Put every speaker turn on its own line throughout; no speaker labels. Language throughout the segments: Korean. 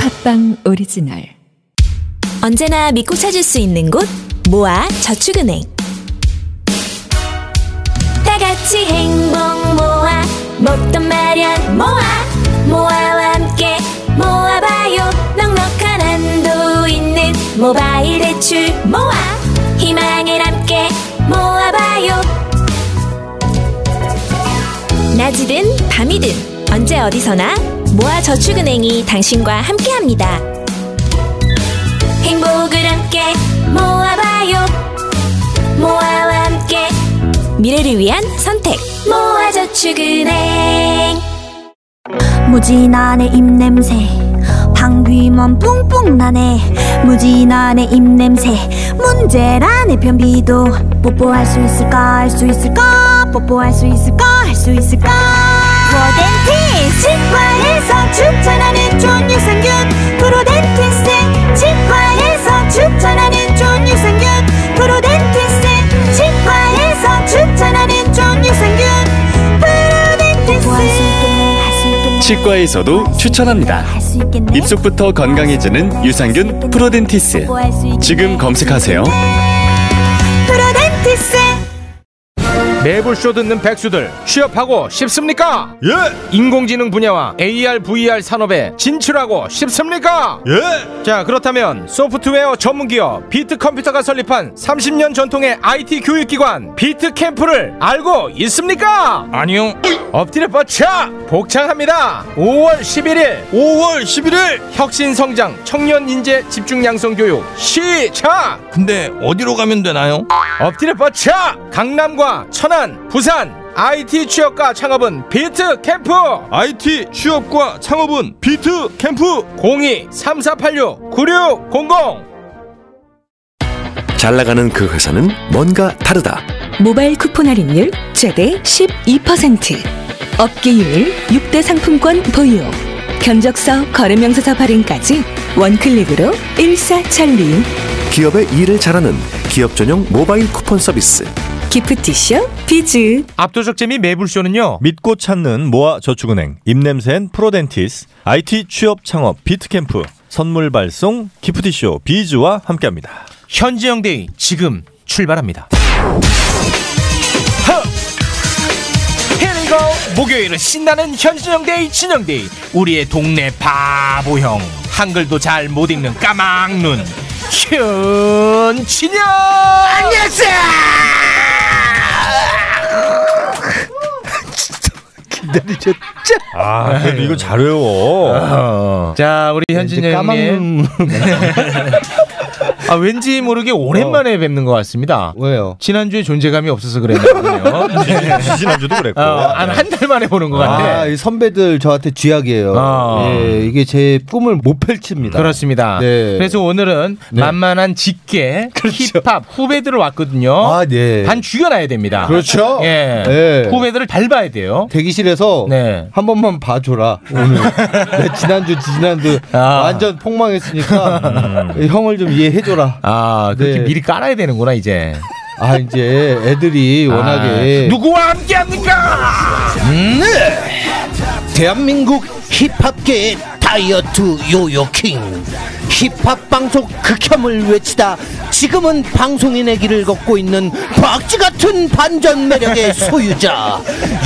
팟빵 오리지널
언제나 믿고 찾을 수 있는 곳 모아 저축은행 다 같이 행복 모아 먹던 마련 모아 모아와 함께 모아봐요 넉넉한 한도 있는 모바일 대출 모아 희망을 함께 모아봐요 낮이든 밤이든 언제 어디서나 모아 저축은행이 당신과 함께합니다. 행복을 함께 모아봐요 모아와 함께 미래를 위한 선택 모아저축은행
무진한의 입냄새 방귀만 뿡뿡 나네 무진한의 입냄새 문제란의 변비도 뽀뽀할 수 있을까 할 수 있을까 뽀뽀할 수 있을까 할 수 있을까 프로덴티 치과에서 추천하는 좋은 유산균 프로덴티스 치과에서 추천하는 좋은 유산균 프로덴티스 치과에서 추천하는 좋은 유산균 프로덴티스
치과에서도 추천합니다. 입속부터 건강해지는 유산균 프로덴티스. 지금 검색하세요.
프로덴티스
매불 쇼 듣는 백수들 취업하고 싶습니까?
예!
인공지능 분야와 AR, VR 산업에 진출하고 싶습니까?
예!
자 그렇다면 소프트웨어 전문기업 비트컴퓨터가 설립한 30년 전통의 IT 교육기관 비트캠프를 알고 있습니까? 아니요 엎드려 뻗쳐 복창합니다 5월 11일
5월 11일!
혁신성장 청년인재 집중양성교육 시작
근데 어디로 가면 되나요?
엎드려 뻗쳐 강남과 천안 부산 IT 취업과 창업은 비트 캠프
IT 취업과 창업은 비트 캠프!
02 3486 9600
잘 나가는 그 회사는 뭔가 다르다.
모바일 쿠폰 할인율 최대 12% 업계율 6대 상품권 보유 견적서 거래명세서 발행까지 원클릭으로 일사천리
기업의 일을 잘하는 기업 전용 모바일 쿠폰 서비스.
기프티쇼 비즈
압도적 재미 매불쇼는요
믿고 찾는 모아 저축은행, 입냄새엔 프로덴티스, IT 취업 창업 비트캠프, 선물 발송 기프티쇼 비즈와 함께합니다.
현지영 데이 지금 출발합니다 헤리고 목요일은 신나는 현지영 데이 진영 데이 우리의 동네 바보형 한글도 잘 못 읽는 까막눈 현진영
아, 그래도 이거 잘 외워.
자 우리 현진영 형님 아 왠지 모르게 오랜만에 뵙는 것 같습니다.
왜요?
지난주에 존재감이 없어서 그랬나요? 어,
지난주도 그랬고.
한한 달 만에 보는 것 같아.
아, 이 선배들 저한테 쥐약이에요.
아.
예, 이게 제 꿈을 못 펼칩니다.
그렇습니다.
네. 그렇죠.
그래서 오늘은 만만한 직계 힙합 후배들을 왔거든요.
아, 네.
반 죽여놔야 됩니다.
그렇죠.
예.
예.
후배들을 밟아야 돼요.
대기실에서
네.
한 번만 봐줘라 오늘. 내 네, 지난주 지난주
아. 음.
완전 폭망했으니까 형을 좀 이해해줘라.
아 그렇게
네.
미리 깔아야 되는구나 이제.
아 이제 애들이
아,
그 워낙에
누구와 함께합니까?
네. 대한민국 힙합계의 다이어트 요요킹 힙합 방송 극혐을 외치다 지금은 방송인의 길을 걷고 있는 박쥐 같은 반전 매력의 소유자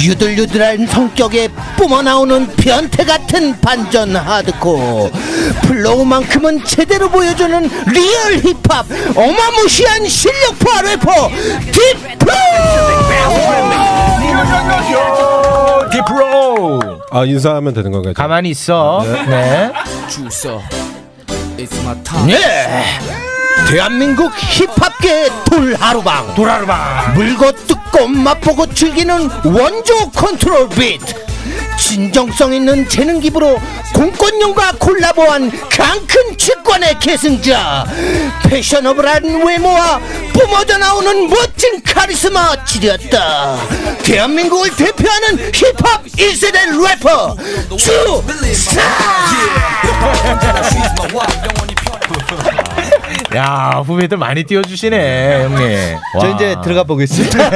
유들유들한 성격에 뿜어나오는 변태 같은 반전 하드코어 플로우만큼은 제대로 보여주는 리얼 힙합 어마무시한 실력파 래퍼 딥프
디프로.
아 인사하면 되는 건가요?
가만히 있어. 네.
네.
예! 대한민국 힙합계의 돌하루방 돌하루방 물고 뜯고 맛보고 즐기는 원조 컨트롤 비트 진정성 있는 재능 기부로 공권력과 콜라보한 강큰 직권의 계승자 패셔너블한 외모와 뿜어져 나오는 멋진 카리스마 지렸다 대한민국을 대표하는 힙합 1세대 래퍼
그
주스타
야 후배들 많이 띄워주시네 형님.
저 이제 들어가 보겠습니다.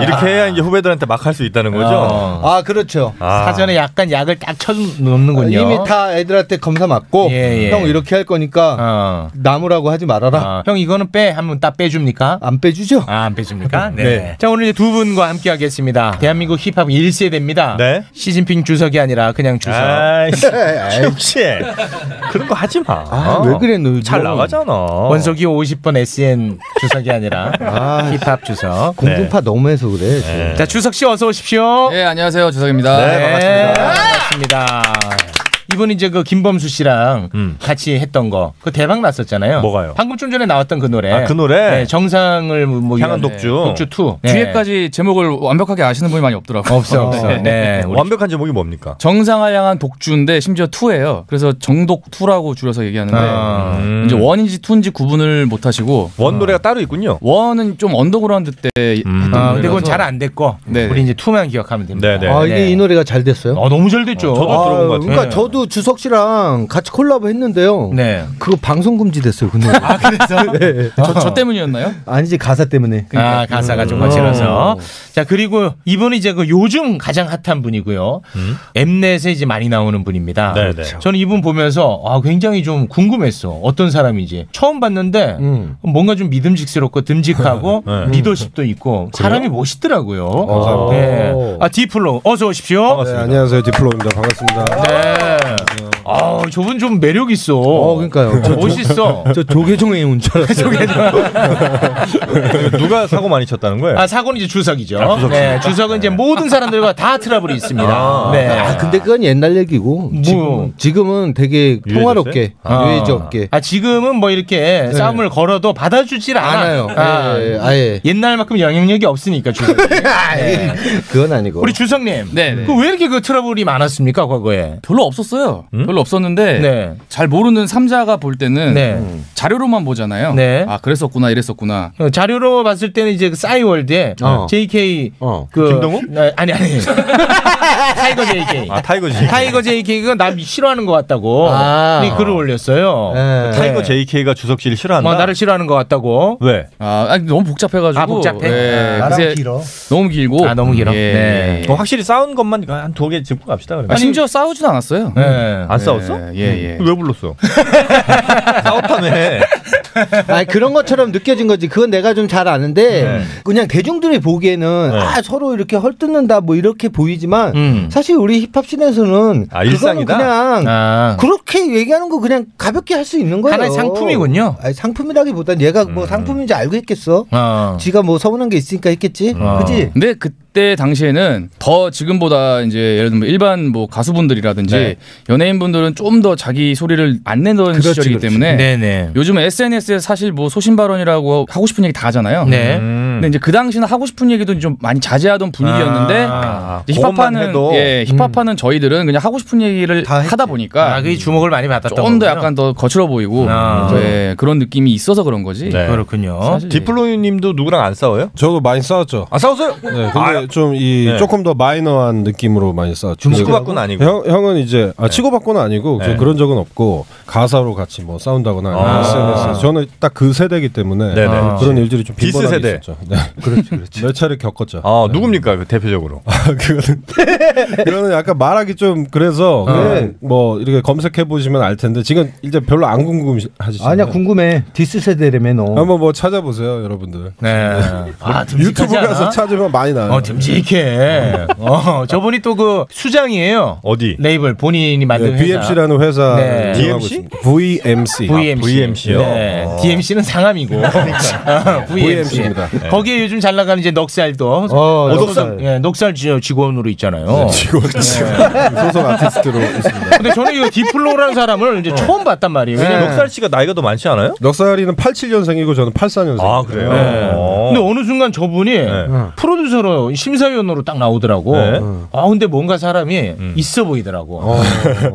이렇게 해야 이제 후배들한테 막 할 수 있다는
어.
거죠.
아 그렇죠.
아.
사전에 약간 약을 딱 쳐놓는군요.
이미 다 애들한테 검사 맞고
예, 예.
형 이렇게 할 거니까
어.
나무라고 하지 말아라.
어, 형 이거는 빼 한번 딱 빼줍니까?
안 빼주죠?
아, 안 빼줍니까? 네.
네.
자, 오늘 이제 두 분과 함께 하겠습니다. 대한민국 힙합 1세대입니다.
네.
시진핑 주석이 아니라 그냥 주석. 네.
아이씨, 혹시 그런 거 하지 마.
아,
어.
왜 그래 너?
잘 나가잖아.
원석이 50번 SN 주석이 아니라 힙합 주석.
네.
네.
공중파 너무해서 그래.
자, 주석 씨 어서 오십시오.
예, 안녕하세요. 주석입니다.
네, 반갑습니다. 이분 이제 그 김범수 씨랑
음.
같이 했던 거 그 대박 났었잖아요.
뭐가요?
방금 좀 전에 나왔던 그 노래.
아, 그 노래?
네, 정상을 뭐
향한
위한-
독주.
독주 2.
뒤에까지 제목을 완벽하게 아시는 분이 많이 없더라고요.
없어 없어. 네. 우리
완벽한 제목이 뭡니까?
정상을 향한 독주인데 심지어 투예요 그래서 정독 투라고 줄여서 얘기하는데
아.
음.
이제 원인지 투인지 구분을 못 하시고 음.
원 노래가 따로 있군요.
원은 좀 언더그라운드 때
음.
아, 근데 그건 잘 안 됐고
네.
우리 이제 투만 기억하면 됩니다.
네네.
아 이게 이 노래가 잘 됐어요.
아, 너무 잘 됐죠.
저도
아,
들어본 것 같아요.
그러니까
네.
저도 주석 씨랑 같이 콜라보 했는데요.
네.
그거 방송 금지 됐어요. 근데 아,
네.
저, 저 때문이었나요?
아니지 가사 때문에. 그러니까.
아, 가사가
음.
좀 거칠어서. 자, 그리고 이분이 이제 그 요즘 가장 핫한 분이고요. 엠넷에 이제 많이 나오는
음?
분입니다.
네, 네.
저는 이분 보면서 아, 굉장히 좀 궁금했어. 어떤 사람인지. 처음 봤는데
음.
뭔가 좀 믿음직스럽고 듬직하고
네.
리더십도 있고 사람이 멋있더라고요.
감사합니다.
네. 아, 디플로 어서 오십시오.
네,
안녕하세요 디플로입니다. 반갑습니다.
네. 아, 저분 좀 매력 있어.
어 그러니까요. 저,
멋있어.
저
네.
조계종에 온 줄 알았어요.
누가 사고 많이 쳤다는 거예요?
아, 사고는 이제 주석이죠. 네, 주석은 이제 모든 사람들과 다 트러블이 있습니다. 네.
아 근데 그건 옛날 얘기고
뭐.
지금 지금은 되게
유해졌어요?
평화롭게
아.
유해졌게
아, 지금은 뭐 이렇게 싸움을 걸어도 받아주질 않아요.
않아요.
아,
예, 예, 아예
옛날만큼 영향력이 없으니까 주석이. 네.
그건 아니고.
우리 주석님.
네, 네.
그왜 이렇게 그 트러블이 많았습니까, 과거에?
별로 없었어요. 별로 없었는데
네.
잘 모르는 삼자가 볼 때는
네.
자료로만 보잖아요.
네.
아 그랬었구나 이랬었구나.
어, 자료로 봤을 때는 이제 그 싸이월드에
어.
JK
어.
그
김동욱?
네, 아니 아니 타이거 JK
아, 타이거 JK.
타이거 JK가 나 싫어하는 것 같다고
아.
이 글을 올렸어요.
예.
그 타이거
네.
JK가 주석 씨를 싫어한다.
뭐 나를 싫어하는 것 같다고.
왜?
아 아니, 너무 복잡해가지고.
아, 복잡해?
예,
아,
그래서 너무 길고.
아, 너무 길어?
예.
네.
어, 확실히 싸운 것만 한 두 개 짚고 갑시다. 그러면.
아, 심지어 싸우지도 않았어요.
네.
안 싸웠어? 음.
예, 예.
왜 불렀어?
아, 네.
싸웠다며.
아니 그런 것처럼 느껴진 거지. 그건 내가 좀 잘 아는데
네.
그냥 대중들이 보기에는
네.
아 서로 이렇게 헐뜯는다 뭐 이렇게 보이지만
음.
사실 우리 힙합 씬에서는
아,
그거는
일상이다?
그냥
아.
그렇게 얘기하는 거 그냥 가볍게 할 수 있는 거예요.
하나의 상품이군요. 음.
아니, 상품이라기보단 얘가 뭐 상품인지 알고 했겠어.
아.
어.
지가 뭐 서운한 게 있으니까 했겠지.
어.
그지?
근데 그때 당시에는 더 지금보다 이제 예를 들면 일반 뭐 가수분들이라든지
네.
연예인분들은 좀 더 자기 소리를 안 내던 시절이기 때문에
네네.
요즘은 SNS에 사실 뭐 소신 발언이라고 하고 싶은 얘기 다 하잖아요.
네.
음.
근데 이제 그 당시는 하고 싶은 얘기도 좀 많이 자제하던 분위기였는데
아, 음.
이제
그것만
힙합하는
해도.
예, 힙합하는 저희들은 그냥 하고 싶은 얘기를
다 했지.
하다
아,
보니까
그게 주목을 많이 받았던
좀 더
거군요.
약간 더 거칠어 보이고
아.
예, 그런 느낌이 있어서 그런 거지.
네.
그렇군요.
사실
디플로이님도 누구랑 안 싸워요?
저도 많이 싸웠죠.
아 싸웠어요?
네, 근데 좀 이
네.
조금 더 마이너한 느낌으로 많이 싸웠죠.
치고받고는 아니고.
형, 형은 이제 아, 치고받고는 아니고
네.
저 그런 적은 없고 가사로 같이 뭐 싸운다거나
아.
SNS 저는 딱 그 세대이기 때문에
네네.
아, 그런 일들이 좀
디스
빈번하게
세대.
있었죠. 네. 그렇지, 그렇지. 몇 차례 겪었죠.
아 누굽니까 그 대표적으로?
그거는 그거는 약간 말하기 좀
어.
그래서 그냥 뭐 이렇게 검색해 보시면 알 텐데 지금 이제 별로 안 궁금하시죠?
아니야 궁금해. 디스 세대라며 너.
한번 뭐 찾아보세요, 여러분들.
네.
뭐,
아,
유튜브
듬직하지
가서
않아?
찾으면 많이 나요. 네,
어, 듬직해. 어, 저분이 또 그 수장이에요.
네. 어디?
레이블 본인이 만든
네,
회사.
BMC라는 회사
네.
운영하고
DMC?
있습니다. VMC.
VMC.
VMC요?
네.
어.
DMC는 상암이고.
그러니까.
아, VMC.
VMC입니다. 네.
거기에 요즘 잘 나가는 이제 넉살도.
어,
녹살.
녹살.
예, 녹살 지- 직원으로 있잖아요. 네.
지금 네, 소속 아티스트로 있습니다.
근데 저는 이 디플로라는 사람을
어. 네.
이제 처음 봤단 말이에요.
왜냐
왜냐면
넉살 씨가 나이가 더 많지 않아요?
넉살이는 87년생이고 저는 84년생.
아 그래요?
네.
어.
근데 어느 순간 저분이
네.
네. 프로듀서로 심사위원으로 딱 나오더라고.
네.
아 근데 뭔가 사람이
음.
있어 보이더라고.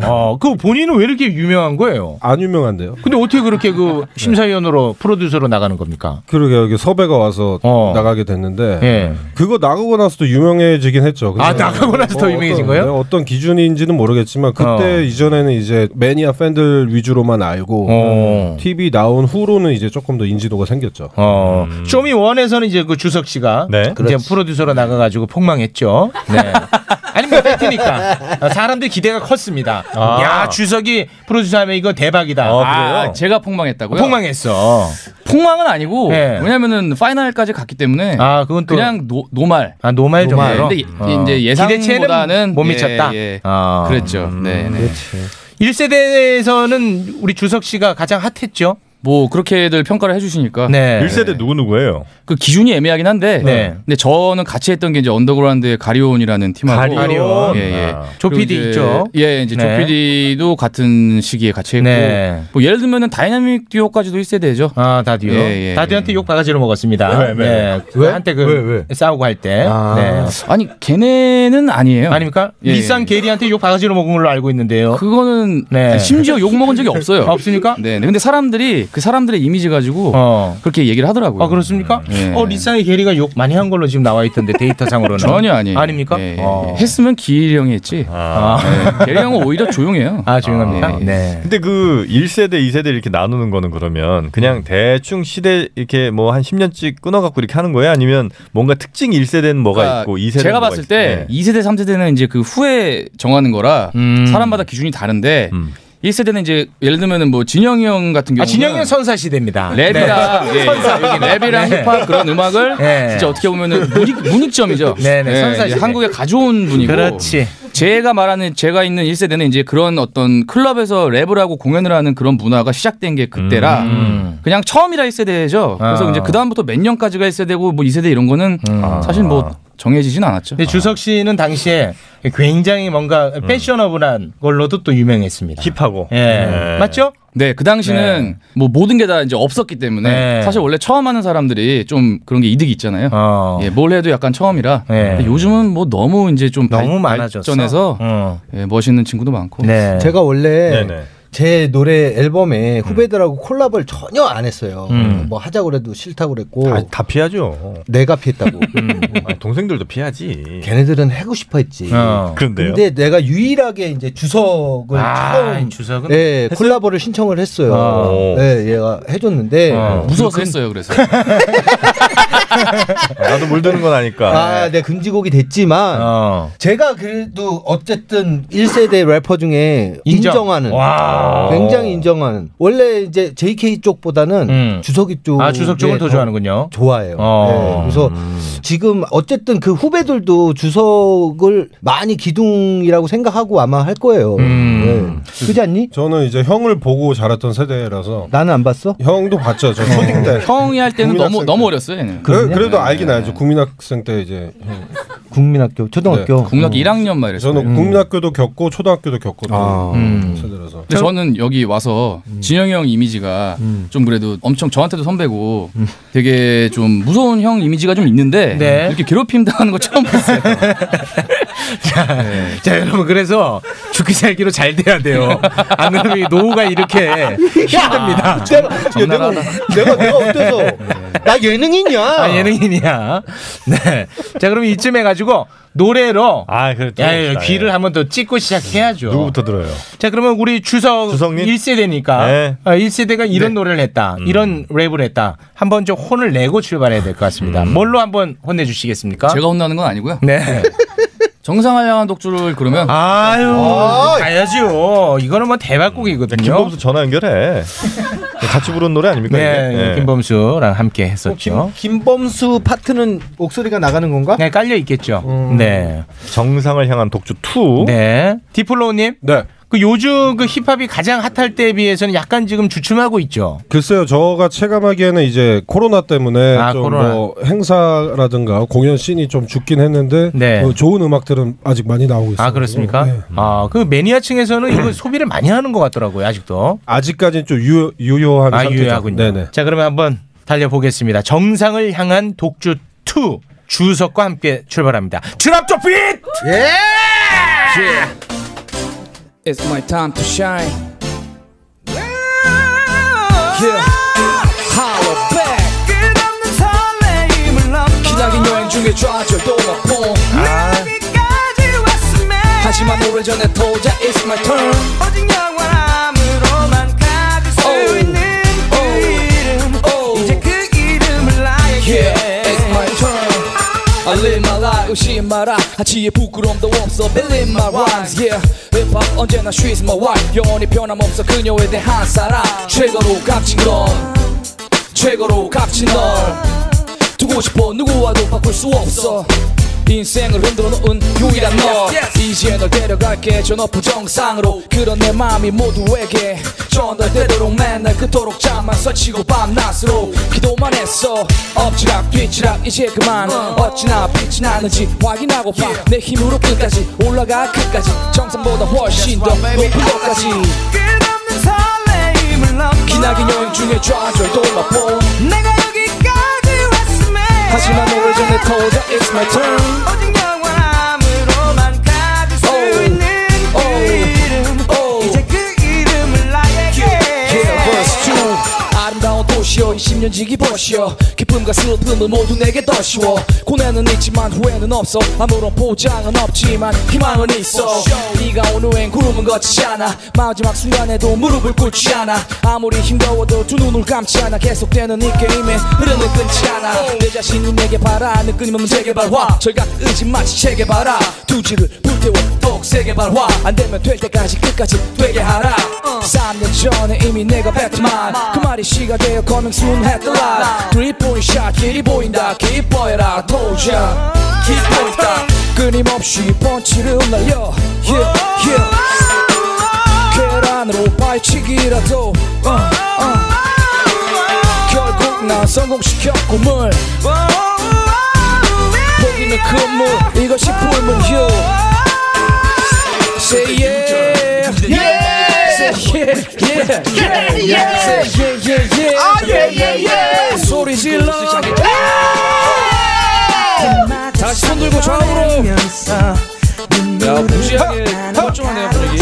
어, 그 본인은 왜 이렇게 유명한 거예요?
안 유명한데요.
근데 어떻게 그렇게 그 심사위원으로 프로듀서로 나가는 겁니까?
그러게요. 이게 섭외가 와서 나가게 됐는데
어. 예.
그거 나가고 나서도 유명해지긴 했죠.
아, 나가고 나서 더 유명해진
어떤,
거예요?
네, 어떤 기준인지는 모르겠지만 그때
어.
이전에는 이제 매니아 팬들 위주로만 알고
어.
TV 나온 후로는 이제 조금 더 인지도가 생겼죠. 음.
어. 쇼미 원에서는 이제 그 주석 씨가 이제
그렇지.
프로듀서로 나가가지고 폭망했죠. 네. 아니 뭐 팩트니까 아, 사람들 기대가 컸습니다.
아.
야 주석이 프로듀서하면 이거 대박이다.
아, 제가 폭망했다고요?
폭망했어.
폭망은 아니고
예.
왜냐면은 파이널까지 갔기 때문에
아, 그건 또-
그냥 노, 노말.
아 노말
네. 노말.
정도로. 어.
근데 이- 이제 예상보다는
못
예,
미쳤다.
예.
아.
그랬죠. 네, 네.
일 1세대에서는 우리 주석 씨가 가장 핫했죠.
뭐 그렇게들 평가를 해주시니까
네.
1세대 누구 누구예요?
그 기준이 애매하긴 한데
네.
근데 저는 같이 했던 게 이제 언더그라운드의 가리온이라는 팀하고
가리온.
예, 예.
아. 조 PD
그리고 이제-
있죠?
예 이제
네.
조피디도 같은 시기에 같이 했고
네.
뭐 예를 들면은 다이나믹 듀오까지도 1세대죠 예,
아 다듀 다듀한테 욕 바가지로 먹었습니다.
왜, 왜?
그 한때 그 싸우고 할 때. 네.
아니 걔네는 아니에요
아닙니까?
예,
리산 게리한테 욕 바가지로 먹은 걸로 알고 있는데요.
그거는
네.
심지어 욕 먹은 적이 없어요
없으니까?
네 네. 근데 사람들이 그 사람들의 이미지 가지고 그렇게 얘기를 하더라고요
아 그렇습니까?
예.
어 리산이 게리가 욕 많이 한 걸로 지금 나와 있던데 데이터상으로는
전혀 아니에요.
아닙니까?
예, 예,
어.
했으면 기일이 형이 했지
아.
네. 게리 형은 오히려 조용해요
아 조용합니다 네.
근데 그 1세대, 2세대 이렇게 나누는 거는 그러면 그냥
네.
대충 시대 이렇게 뭐 한 10년씩 끊어갖고 이렇게 하는 거예요? 아니면 뭔가 특징 1세대는 뭐가
그러니까
있고 네. 2세대는
제가
뭐가
봤을 때 2세대 3세대는 이제 그 후에 정하는 거라
음.
사람마다 기준이 다른데
음.
1세대는 이제 예를 들면은 뭐 진영이 형 같은 경우는
아 진영이 선사 시대입니다.
랩이랑
네.
예,
선사.
여기 랩이랑
네.
힙합 그런 음악을
네.
진짜 어떻게 보면은 문익, 점이죠
네, 네, 선사 시대.
한국에 가져온 분이고
그렇지.
제가 말하는 제가 있는 1세대는 이제 그런 어떤 클럽에서 랩을 하고 공연을 하는 그런 문화가 시작된 게 그때라
음.
그냥 처음이라 1세대죠. 그래서
아.
이제 그다음부터 몇 년까지가 1세대고 뭐 2세대 이런 거는 사실 뭐 정해지진 않았죠.
음. 근데 주석 씨는 당시에 굉장히 뭔가 패셔너블한 걸로도 또 유명했습니다.
힙하고.
예. 맞죠?
네, 그 당시는
네.
뭐 모든 게 다 이제 없었기 때문에
네.
사실 원래 처음 하는 사람들이 좀 그런 게 이득이 있잖아요. 예, 뭘 해도 약간 처음이라.
어. 네.
근데 요즘은 뭐 너무 이제 좀
너무
발,
많아졌어. 네.
발전해서 예, 멋있는 친구도 많고.
네.
제가 원래 제 노래 앨범에 후배들하고 콜라보를 전혀 안 했어요.
음.
뭐 하자고 그래도 싫다고 그랬고
다, 다 피하죠. 음.
내가 피했다고.
음.
아니, 동생들도 피하지.
걔네들은 하고 싶어 했지.
어. 그런데요?
근데 내가 유일하게 이제 주석을
아,
처음
주석은
예,
했어요?
콜라보를 신청을 했어요.
어.
예, 얘가 해줬는데
무서워서 했어요, 그래서.
나도 물드는 건 아니까.
아, 내 금지곡이 됐지만
어.
제가 그래도 어쨌든 1세대 래퍼 중에
인정.
인정. 하는
와.
굉장히 인정하는 원래 이제 JK 쪽보다는
음.
주석이 쪽
아, 주석 쪽을 더 좋아하는군요.
좋아해요.
어.
네, 그래서 지금 어쨌든 그 후배들도 주석을 많이 기둥이라고 생각하고 아마 할 거예요. 네.
음.
그지 않니?
저는 이제 형을 보고 자랐던 세대라서
나는 안 봤어?
형도 봤죠. 저 초딩 때.
형이 할 때는
국민학생
너무
때.
너무 어렸어요, 얘는.
그, 그래도
네.
알긴 알죠. 국민학생 때 이제 형.
네.
네.
국민학교, 초등학교. 음.
국민학교 1학년 말이랬어요.
저는 국민학교도 겪고 초등학교도 겪고
아.
음.
음.
세대라서.
근데 저는 여기 와서
음.
진영이 형 이미지가 좀 그래도 엄청 저한테도 선배고 되게 좀 무서운 형 이미지가 좀 있는데
음. 네.
이렇게 괴롭힘 당하는 거 처음 봤어요. 네.
자 여러분 그래서 죽기 살기로 잘 돼야 돼요. 안 그러면 이 노후가 이렇게 힘듭니다.
내가, 내가 내가 어때서? 나 예능인이야.
아 예능인이야. 네. 자 그럼 이쯤 해가지고 노래로
아 그래.
야, 야,
들어봅시다.
귀를 한번 더 찍고 시작해야죠.
누구부터 들어요?
자 그러면 우리 주석 1세대니까
네. 음.
아, 1세대가 이런 노래를 했다. 이런 랩을 했다. 한번 좀 혼을 내고 출발해야 될 것 같습니다.
음.
뭘로 한번 혼내 주시겠습니까?
제가 혼나는 건 아니고요.
네.
정상을 향한 독주를 그러면
아유
아,
가야죠. 이거는 뭐 대박곡이거든요.
김범수 전화 연결해. 같이 부른 노래 아닙니까? 이게?
네,
예.
김범수랑 함께 했었죠.
김범수 파트는 목소리가 나가는 건가? 어.
네, 깔려 있겠죠. 네.
정상을 향한 독주 2.
네. 디플로우님. 네. 그 요즘 그 힙합이 가장 핫할 때에 비해서는 약간 지금 주춤하고 있죠.
글쎄요, 저가 체감하기에는 이제 코로나 때문에
아,
좀
코로나.
뭐 행사라든가 공연 씬이 좀 죽긴 했는데
네.
그 좋은 음악들은 아직 많이 나오고 있어요.
아 그렇습니까?
네.
아 그 매니아층에서는 이거 소비를 많이 하는 것 같더라고요 아직도.
아직까지는 좀 유, 유효한
아
상태죠.
유효하군요.
네네.
자 그러면 한번 달려보겠습니다. 정상을 향한 독주 2 주석과 함께 출발합니다. 트랍 조 빛! 예!
It's my time to shine. Yeah. Holla back. 기나긴 여행 중에 좌절도 맛본. 하지만 오래전에 도자 It's my turn.
그
Oh. Oh. Yeah, it's my turn. I live my life 의심 마라 하치의 부끄럼도 없어 Believe my rhymes Yeah 힙합 언제나 she's my wife 영원히 변함없어 그녀에 대한 사랑 최고로 값진 건 최고로 값진 널 두고 싶어 누구와도 바꿀 수 없어 인생을 흔들어 놓은 유일한 너 이제 널 데려갈게 저 높은 정상으로 그런 내 마음이 모두에게 전달되도록 맨날 그토록 잠만 설치고 밤낮으로 기도만 했어 엎치락 뒤치락 이제 그만 어찌나 빛이 나는지 확인하고 봐내 힘으로 끝까지 올라가 끝까지 정상보다 훨씬 더 높은 곳까지 기나긴 여행 중에 좌절도 맛보
내가 여기까지 왔음에
하지만 오래전에 터져 It's my turn
오직 영원함으로만 가질 수
Oh.
있는 그
이름
이제 그 이름을 나에게
Yeah, verse 2 아름다운 도시여 20년 지기 버시여 기쁨과 슬픔을 모두 내게 더 씌워 고뇌는 있지만 후회는 없어 아무런 보장은 없지만 희망은 있어 네가 온 후엔 구름은 걷지 않아 마지막 순간에도 무릎을 꿇지 않아 아무리 힘겨워도 두 눈을 감지 않아 계속되는 이 게임의 흐름을 끊지 않아 내 자신이 내게 바라는 끊임없는 재개발화 절각 의지 마치 재개발화 두지를 불태워 더욱 세게 발화 안 되면 될 때까지 끝까지 되게 하라 3년 전에 이미 내가 뱉지만 그 말이 시가 되어 coming soon 했더라 3포인 샷 길이 보인다 기뻐해라 도전 기뻐했다 끊임없이 펀치를 날려 yeah, yeah. 계란으로 발치기라도 어, 어. 결국 난 성공시켜 꿈을 보기는 그물 이것이 풀물 휴 Say yeah Yeah Yeah Yeah Yeah Yeah Say yeah yeah
아, yeah, yeah, yeah.
소리 질러 다시 손 들고 좌우로 야 무지하게 멀쩡하네요 분위기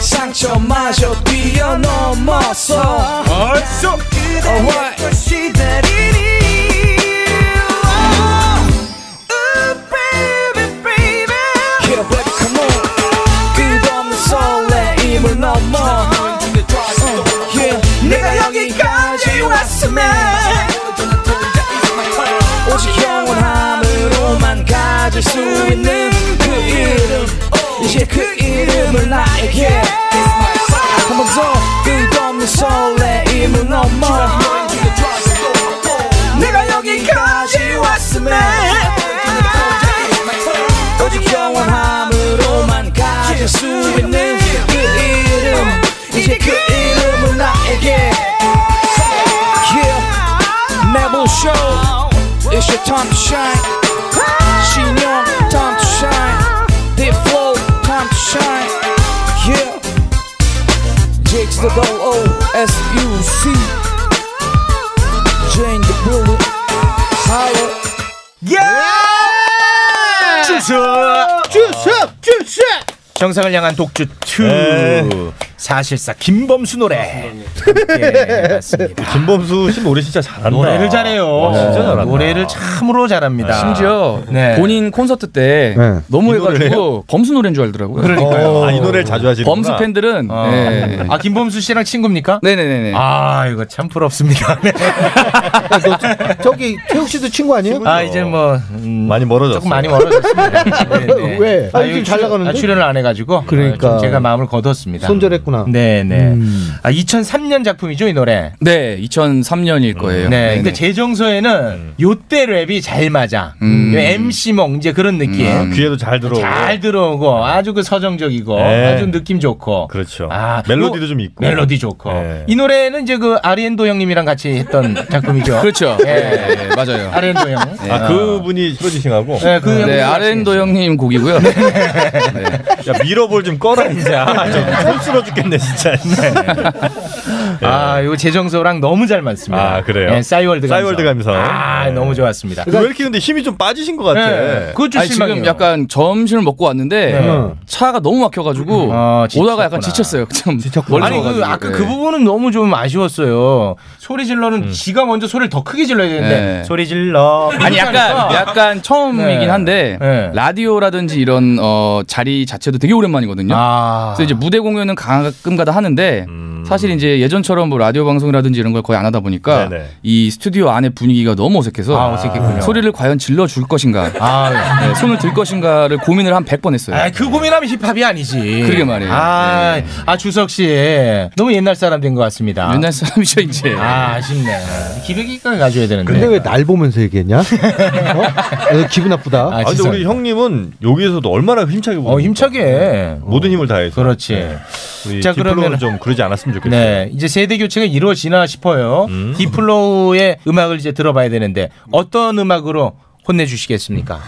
상처 마저 뛰어넘었어
벌써
Alright. Yeah, baby, come on. 끝없는 설레임을 넘어. Uh, yeah. 내가 여기까지 왔음에 오직 영원함으로만 가질 수 있는 그 이름 이제 그 이름을 나에게 한번 더 끝없는 설레임을 넘어 내가 여기까지 왔음에 오직 영원함으로만 가질 수 있는 그 이름 이제 그 이름은 나에게 Yeah Nebel Show It's your time to shine 신영 time to shine Deep flow time to shine Yeah Jake's the go O S U C Jane the Bullet Holla
예! 주석! 주석! 주석! 정상을 향한 독주 2
네.
사실상 김범수 노래 함께 해봤습니다.
예, 김범수 씨 노래 진짜 잘한다.
노래를 잘해요. 네.
와, 진짜 잘한다.
노래를 참으로 잘합니다. 네.
심지어 본인 콘서트 때
네.
너무
이 노래를 해요?
해가지고 범수 노래인 줄 알더라고요. 어.
그러니까요. 아, 이 노래를 자주 하시는구나.
범수 팬들은
어.
네.
아 김범수 씨랑 친구입니까?
네네네네.
아 이거 참 부럽습니다. 네.
아, 저기 태욱 씨도 친구 아니에요?
아 이제 뭐 음, 많이 멀어졌어. 조금 많이 멀어졌습니다. 네.
왜? 아,
아,
요즘
이거
잘
출연-
나가는데.
아, 출연을 안 해가지고
그러니까.
아, 좀 제가 마음을 거뒀습니다.
손절했구나. 음.
네네. 아 2003년 작품이죠 이 노래.
네, 2003년일 거예요.
네, 근데 재정서에는 요때 랩이 잘 맞아.
음.
MC몽 이제 그런 느낌.
음.
귀에도 잘 들어오고.
잘 들어오고 아주 그 서정적이고
네.
아주 느낌 좋고. 그렇죠. 아,
멜로디도
요-
좀 있고. 네.
멜로디 좋고. 이 노래는 이제 그 아리엔도 형님이랑 같이 했던 작품이죠.
그렇죠.
네,
예, 예, 맞아요.
아리엔도 형.
네.
아 그분이 프로듀싱하고.
네, 아렌도 형님 곡이고요.
네.
네.
야 밀어볼 좀 꺼라 이제. 아, 좀 촌스러 죽겠네. 모르겠네 진짜.
아, 이거 재정서랑 너무 잘 맞습니다.
아 그래요.
예, 싸이월드 감성.
싸이월드 감성.
아, 너무 좋았습니다.
왜 이렇게 근데 힘이 좀 빠지신 것 같아.
네. 아니, 지금 약간 점심을 먹고 왔는데
네.
차가 너무 음. 아, 막혀가지고 오다가 약간 지쳤어요. 좀 멀리
아니 그
와가지고.
아까
네.
그 부분은 너무 좀 아쉬웠어요. 소리 질러는 지가 먼저 소리를 더 크게 질러야 되는데
음. 네.
소리 질러.
아니 약간 약간
네.
처음이긴 한데 라디오라든지 이런 어, 자리 자체도 되게 오랜만이거든요. 그래서 이제 무대 공연은 가끔가다 하는데 사실 이제 예전처럼 뭐 라디오 방송이라든지 이런 걸 거의 안 하다 보니까
네네.
이 스튜디오 안의 분위기가 너무 어색해서
아, 어색했군요.
소리를 과연 질러 줄 것인가, 네, 손을 들 것인가를 고민을 한 100번 했어요.
아, 그 고민하면 힙합이 아니지.
그러게 말이에요. 네.
아, 아 주석 씨 너무 옛날 사람 된 것 같습니다.
옛날 사람이죠 이제.
아, 아쉽네. 기백이가 가져야 되는데.
근데 왜 날 보면서 얘기했냐? 어? 어, 기분 나쁘다.
아, 근데 우리 형님은 여기에서도 얼마나 힘차게 보는 어,
힘차게
모든 힘을 다해서. 네.
그렇지.
우리
자,
자, 그러면
그러면은-
좀 그러지 않았으면 좋겠어요.
네, 이제 세대 교체가 이루어지나 싶어요.
음.
디플로우의 음악을 이제 들어봐야 되는데 어떤 음악으로 혼내주시겠습니까?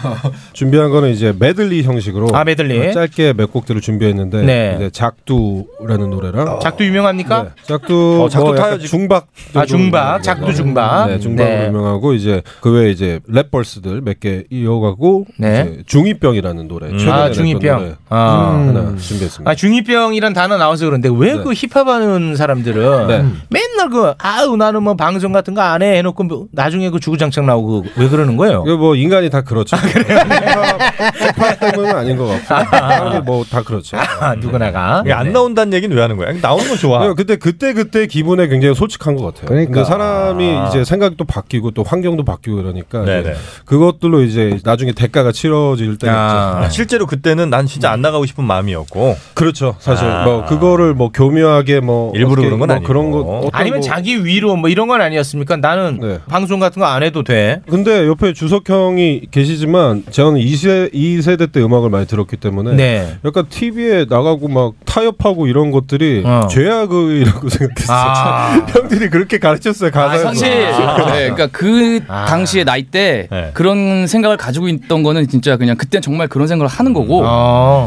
준비한 거는 이제 메들리 형식으로 어,
아, 메들리.
짧게 몇 곡들을 준비했는데
네.
이제 작두라는
어.
노래랑
작두 유명합니까?
네.
어,
작두, 뭐 약간 중박
아
정도
중박, 작두 중박.
네, 중박으로 유명하고 이제 그 외에 이제 랩벌스들 몇 개 이어가고 이제 중이병이라는 노래
네. 음.
최근에
아,
냈던
중이병.
노래
아.
하나
음.
준비했습니다.
아 중이병이란 단어 나와서 그런데 왜 그 힙합하는 사람들은 맨날 그 아우 나는 뭐 방송 같은 거 안 해 해놓고 뭐 나중에 그 주구장창 나오고 왜 그러는 거예요? 아,
이거 뭐 인간이 다 그렇죠. 힙합 때문은 아닌 것 같고 사람이 뭐다 그렇죠.
누구나가
아, 네. 이게 안 나온다는 얘기는 왜 하는 거야? 나오는 건 좋아.
네, 근데 그때 그때 기분에 굉장히 솔직한 것 같아요.
그러니까.
근데 사람이
아.
이제 생각도 바뀌고 또 환경도 바뀌고 이러니까 이제
네네.
그것들로 이제 나중에 대가가 치러질 때가
아,
있죠.
실제로 그때는 난 진짜 안 나가고 싶은 마음이었고.
그렇죠. 사실
아.
뭐 그거를 뭐 교묘하게 뭐
일부러
어떻게
그런 건
뭐
아니고.
그런 거 어떤
아니면
뭐-
자기 위로 뭐 이런 건 아니었습니까? 나는 방송 같은 거 안 해도 돼.
근데 옆에 주석 형이 계시지만 저는 2세, 이세대때 음악을 많이 들었기 때문에
네.
약간 TV에 나가고 막 타협하고 이런 것들이
어.
죄악이라고 생각했어요.
아.
형들이 그렇게 가르쳤어요. 가사에서.
아,
아.
사실 네,
아.
그러니까 그 당시에 나이 때 그런 생각을 가지고 있던 거는 진짜 그냥 그때 정말 그런 생각을 하는 거고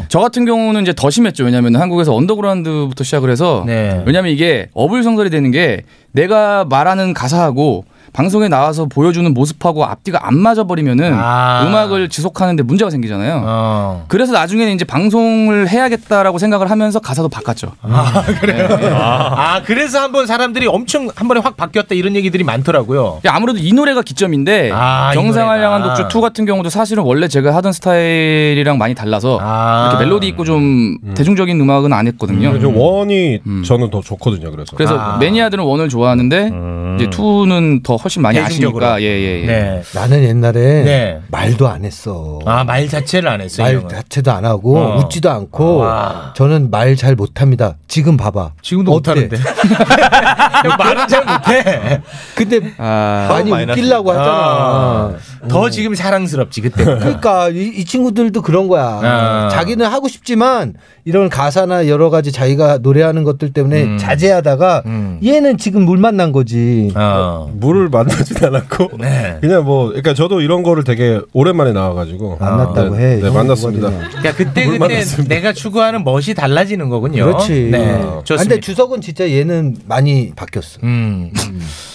저 같은 경우는 이제 더 심했죠 왜냐하면 한국에서 언더그라운드부터 시작을 해서 왜냐하면 이게 어불성설이 되는 게 내가 말하는 가사하고 방송에 나와서 보여주는 모습하고 앞뒤가 안 맞아 버리면은 음악을 지속하는데 문제가 생기잖아요. 그래서 나중에는 이제 방송을 해야겠다라고 생각을 하면서 가사도 바꿨죠.
아 그래서 한번 사람들이 엄청 한 번에 확 바뀌었다 이런 얘기들이 많더라고요.
아무래도 이 노래가 기점인데
아, 이
경상을
노래가.
향한 독주 2 같은 경우도 사실은 원래 제가 하던 스타일이랑 많이 달라서
아,
이렇게 멜로디 있고 좀 대중적인 음악은 안 했거든요. 음.
그래서 원이 저는 더 좋거든요. 그래서
그래서 매니아들은 원을 좋아하는데 이제 투는 더 훨씬 많이
대중적으로.
아시니까 예예 예.
음. 네.
나는 옛날에
네.
말도 안 했어.
아 말 자체를 안 했어요.
말
이런 건.
자체도 안 하고
어. 아.
웃지도 않고 저는 말 잘 못합니다. 지금 봐봐.
지금도 못하는데. 말은 잘 못해.
근데
아,
많이 웃기려고 하잖아.
아, 더 지금 사랑스럽지 그때.
그러니까 이, 이 친구들도 그런 거야.
아.
자기는 하고 싶지만 이런 가사나 여러 가지 자기가 노래하는 것들 때문에 자제하다가
음.
얘는 지금 물 만난 거지.
아.
물을 만나진 않았고
네.
그냥 뭐 그러니까 저도 이런 거를 되게 오랜만에 나와가지고
아, 만났다고
네,
해. 어,
네,
형이
만났습니다.
뭐가 되냐.
그러니까 그때
물
그때
만났습니다.
내가 추구하는 멋이 달라지는 거군요.
그렇지.
네.
아,
좋습니다.
근데 주석은 진짜 얘는 많이 바뀌었어.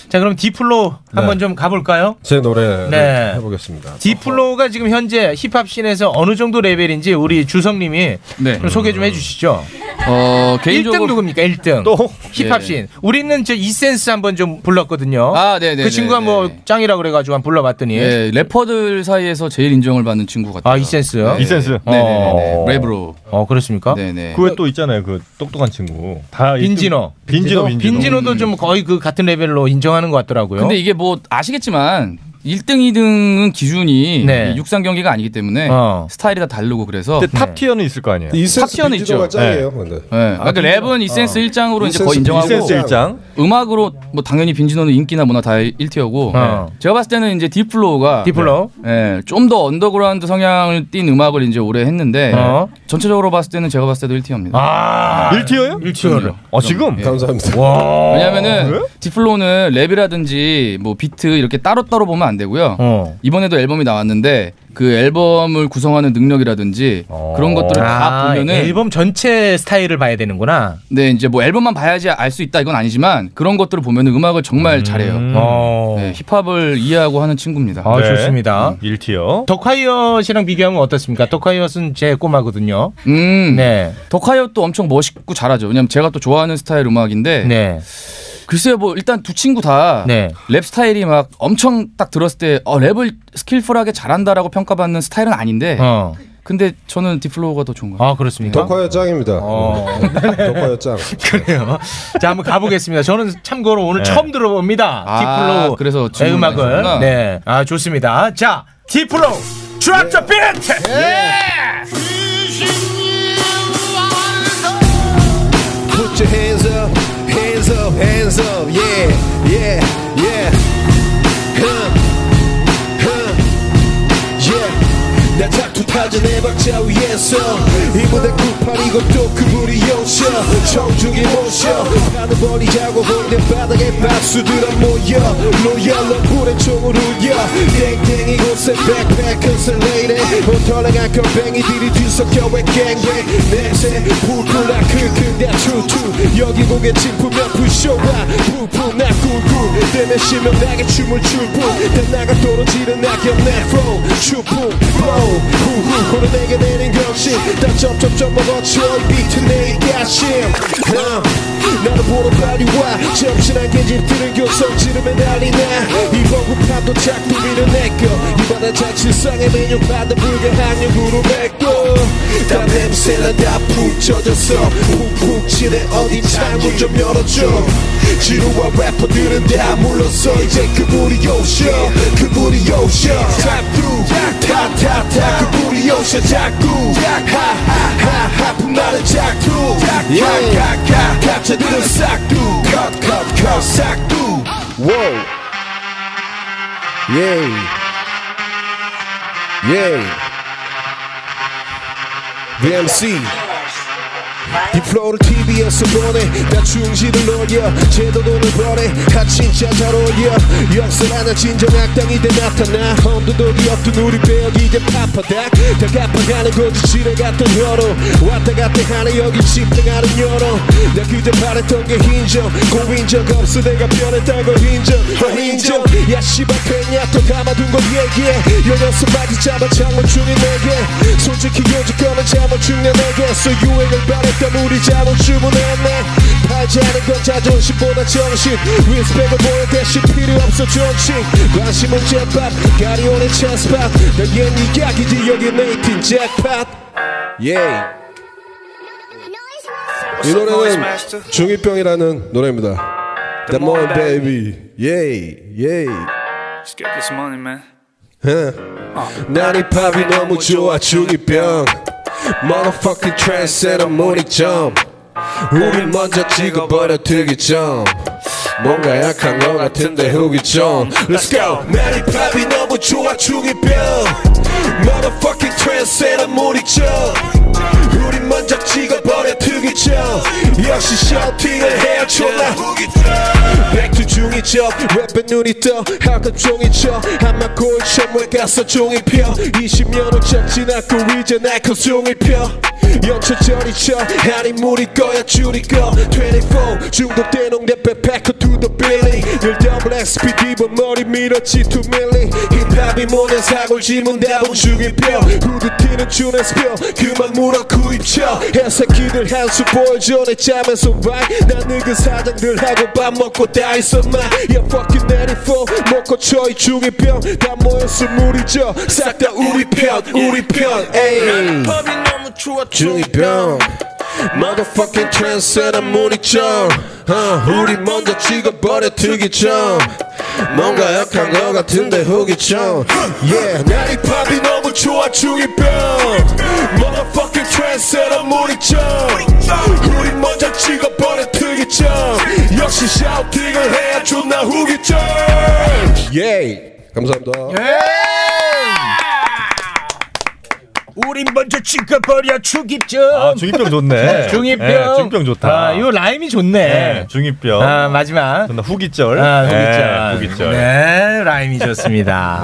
자 그럼 디플로 한번 좀 가볼까요?
제 노래
네.
를 해보겠습니다.
디플로가 지금 현재 힙합 씬에서 어느 정도 레벨인지 우리 주성님이 좀 소개 좀 해주시죠.
어,
개인적으로 1등 누굽니까? 1등. 또 힙합
예.
씬. 우리는 저 이센스 한번 좀 불렀거든요.
아, 네네.
그 친구가 뭐 짱이라 그래가지고 한번 불러봤더니.
예, 래퍼들 사이에서 제일 인정을 받는 친구 같아요.
아 이센스요?
네. 네네네. 랩으로.
어 그렇습니까?
네네.
그외 또 있잖아요. 그 똑똑한 친구. 다
빈지노.
이- 빈지노, 빈지노.
도좀 거의 그 같은 레벨로 인정하는 것 같더라고요.
근데 이게 뭐 아시겠지만 1등, 2등은 기준이
네.
이 육상 경기가 아니기 때문에
어. 네.
스타일이 다 다르고 그래서
근데 탑 티어는 있을 거 아니에요.
탑 티어는 있죠.
짱이에요,
네.
근데. 어.
네. 그러니까 랩은 이센스 1장으로 이제 거의
이센스
인정하고
이센스 일장.
음악으로 뭐 당연히 빈지노는 인기나 뭐나 다 1티어고
어.
제가 봤을 때는 이제 디플로우가 네.
디플로우?
좀 더 언더그라운드 성향을 띈 음악을 이제 오래 했는데
어.
전체적으로 봤을 때는 제가 봤을 때도 1티어입니다.
아,
1티어요?
1티어를.
아, 지금?
예. 감사합니다.
아,
왜냐면은 디플로는 랩이라든지 뭐 비트 이렇게 따로따로 보면 안 되고요.
어.
이번에도 앨범이 나왔는데 그 앨범을 구성하는 능력이라든지 그런 것들을 다
아,
보면은
앨범 전체 스타일을 봐야 되는구나.
네 이제 뭐 앨범만 봐야지 알 수 있다 이건 아니지만 그런 것들을 보면은 음악을 정말 잘해요. 네, 힙합을 이해하고 하는 친구입니다.
어. 아, 좋습니다.
음,
1티어.
더콰이엇이랑 비교하면 어떻습니까? 더콰이엇은 제 꼬마거든요.
음.
네.
더콰이엇도 엄청 멋있고 잘하죠. 왜냐면 제가 또 좋아하는 스타일 음악인데. 글쎄요, 뭐 일단 두 친구 다 랩
네.
스타일이 막 엄청 딱 들었을 때 어, 랩을 스킬풀하게 잘한다라고 평가받는 스타일은 아닌데.
어.
근데 저는 디플로우가 더 좋은 것 같아요.
아 그렇습니까?
덕화여
짱입니다.
덕화여
짱.
어. 그래요. 자 한번 가보겠습니다. 저는 참고로 오늘
네.
처음 들어봅니다.
아,
디플로
그래서
의 음악을.
질문하셨구나.
네. 아 좋습니다. 자 디플로 드랍
예.
더 비트.
Put your hands up, hands up, hands up, yeah, yeah, yeah. Huh, huh, yeah. 내 탁투 타진 내 박자 위에서 이 무대 굽판 이것도 그분이 오셔 청중이 모셔 나는 버리자고 보이는 바닥에 박수들은 모여 로열로 불에 총을 울려 땡땡이 곳에 백패커스 레이네 온터랭한 건뱅이들이 뒤섞여 왜 갱뱅 냄새 불풀나 크크대 투투 여기 고개 짚으면 부셔와 부풀 나 꿀꿀 때문에 심연하게 춤을 출뿐 나가 떨어지는 낙엽 내 flow 추풍 flow 후후 호로 내게 내린 경신 다 점점점 먹어치워 이 비트 내의 가심 음, 나도 보러 빨리 와 정신한 계집들은 교성 지르면 난리 나 이번 구판도 작품이는 내꺼 이번엔 자취성의 메뉴 받은 불교한 연구로 맺고 다 냄새나 다푹 젖었어 푹푹 지내 어디 창문 좀 열어줘 지루한 래퍼들은 다 물러서 이제 그분이 오셔 그분이 오셔 잡두 타타타 그분이 오셔 자꾸 하하하하 분나는 작두 야야야 갑자들은 싹두 컷컷컷 싹두
Wow. Yay. Yay.
VMC. 디플로를 TV에서 보내 나 충실을 올려 제도 돈을 벌해 하 진짜 잘 어울려 역설하는 진정 악당이 돼 나타나 엄두도 기억도 우리 배역 이제 파파닥 다 갚아가는 고지질에 갔던 여로 왔다 갔다 하네 여기 집중하는 여로 나 그저 바랬던 게 인정 고인 적 없어 내가 변했다고 인정 어, 인정 야 씨발 그냥 또 감아둔 걸 얘기해 요 녀석 바지 잡아 창문 중인 내게 솔직히 요즘 거는 자본충 내 내게 소 유행을 바랬던 우리 자본주부 내내 팔지 않은 건 자존심보다 정신 리스펙을 보여 대신 필요 없어 존칭 관심은 잭팟 가리온의 찬스팟 난얜 이각이지 여긴 네이틴 잭팟
예이. 이 노래는 중이병이라는 노래입니다. The More Baby. 예이. 예이.
Just get this money, man.
예. 난 힙합이 너무 좋아 중이병. Motherfucking trendsetter 무늬점. 우리 먼저 찍어버려 특이점. 뭔가 약한 것 같은데 후기점.
Let's go. 난 힙합이 너무 좋아 중이병. Motherfucking trendsetter 무리죠. 우리 먼저 찍어버려 특이죠. 역시 셔팅을 헤어쳐나 후기죠. 백투 중이죠. 랩에 눈이 떠. 학급 종이죠. 한마 고일 천물 가서 종이 펴. 20년 후적 지났고 이제 날컷 종이 펴. 연초절이죠. 한이 무리 거야 줄이 거. 24 중독된 홍대배 백커 투더 빌리. 늘 더블 XPD 본 머리 밀었지 투 밀리. 힙합이 모든 사골 지문 대본 중이표. 후드 튀는 줄에 스표. 그만 물어 구입쳐. 해새끼들 한수 보여줘 내 짬에 손발. 난 늙은 사장들하고 밥 먹고 다 있었나. Yeah fucking 94 먹고 쳐이 중이병. 다 모였어 무리죠. 싹 다 우리 편 우리 편. 에이.
중이병.
Motherfucking trendsetter 무늬점 어, 우리 먼저 찍어버려 특이점 뭔가 약한 것 같은데 후기점 Yeah 난 힙합이 너무 좋아 중이병 Motherfucking trendsetter 무늬점 우리 먼저 찍어버려 특이점 역시 샤우팅을 해야 존나 후기점
예이. 감사합니다.
우리 머리 먼저 찍어버려 중이병.
아, 중이병 좋네.
네, 중이병.
예,
네, 중이병 좋다.
아, 이거 라임이 좋네.
네, 중이병.
아, 마지막.
좋나, 후기절.
아,
네,
후기절.
후기절.
네, 라임이 좋습니다.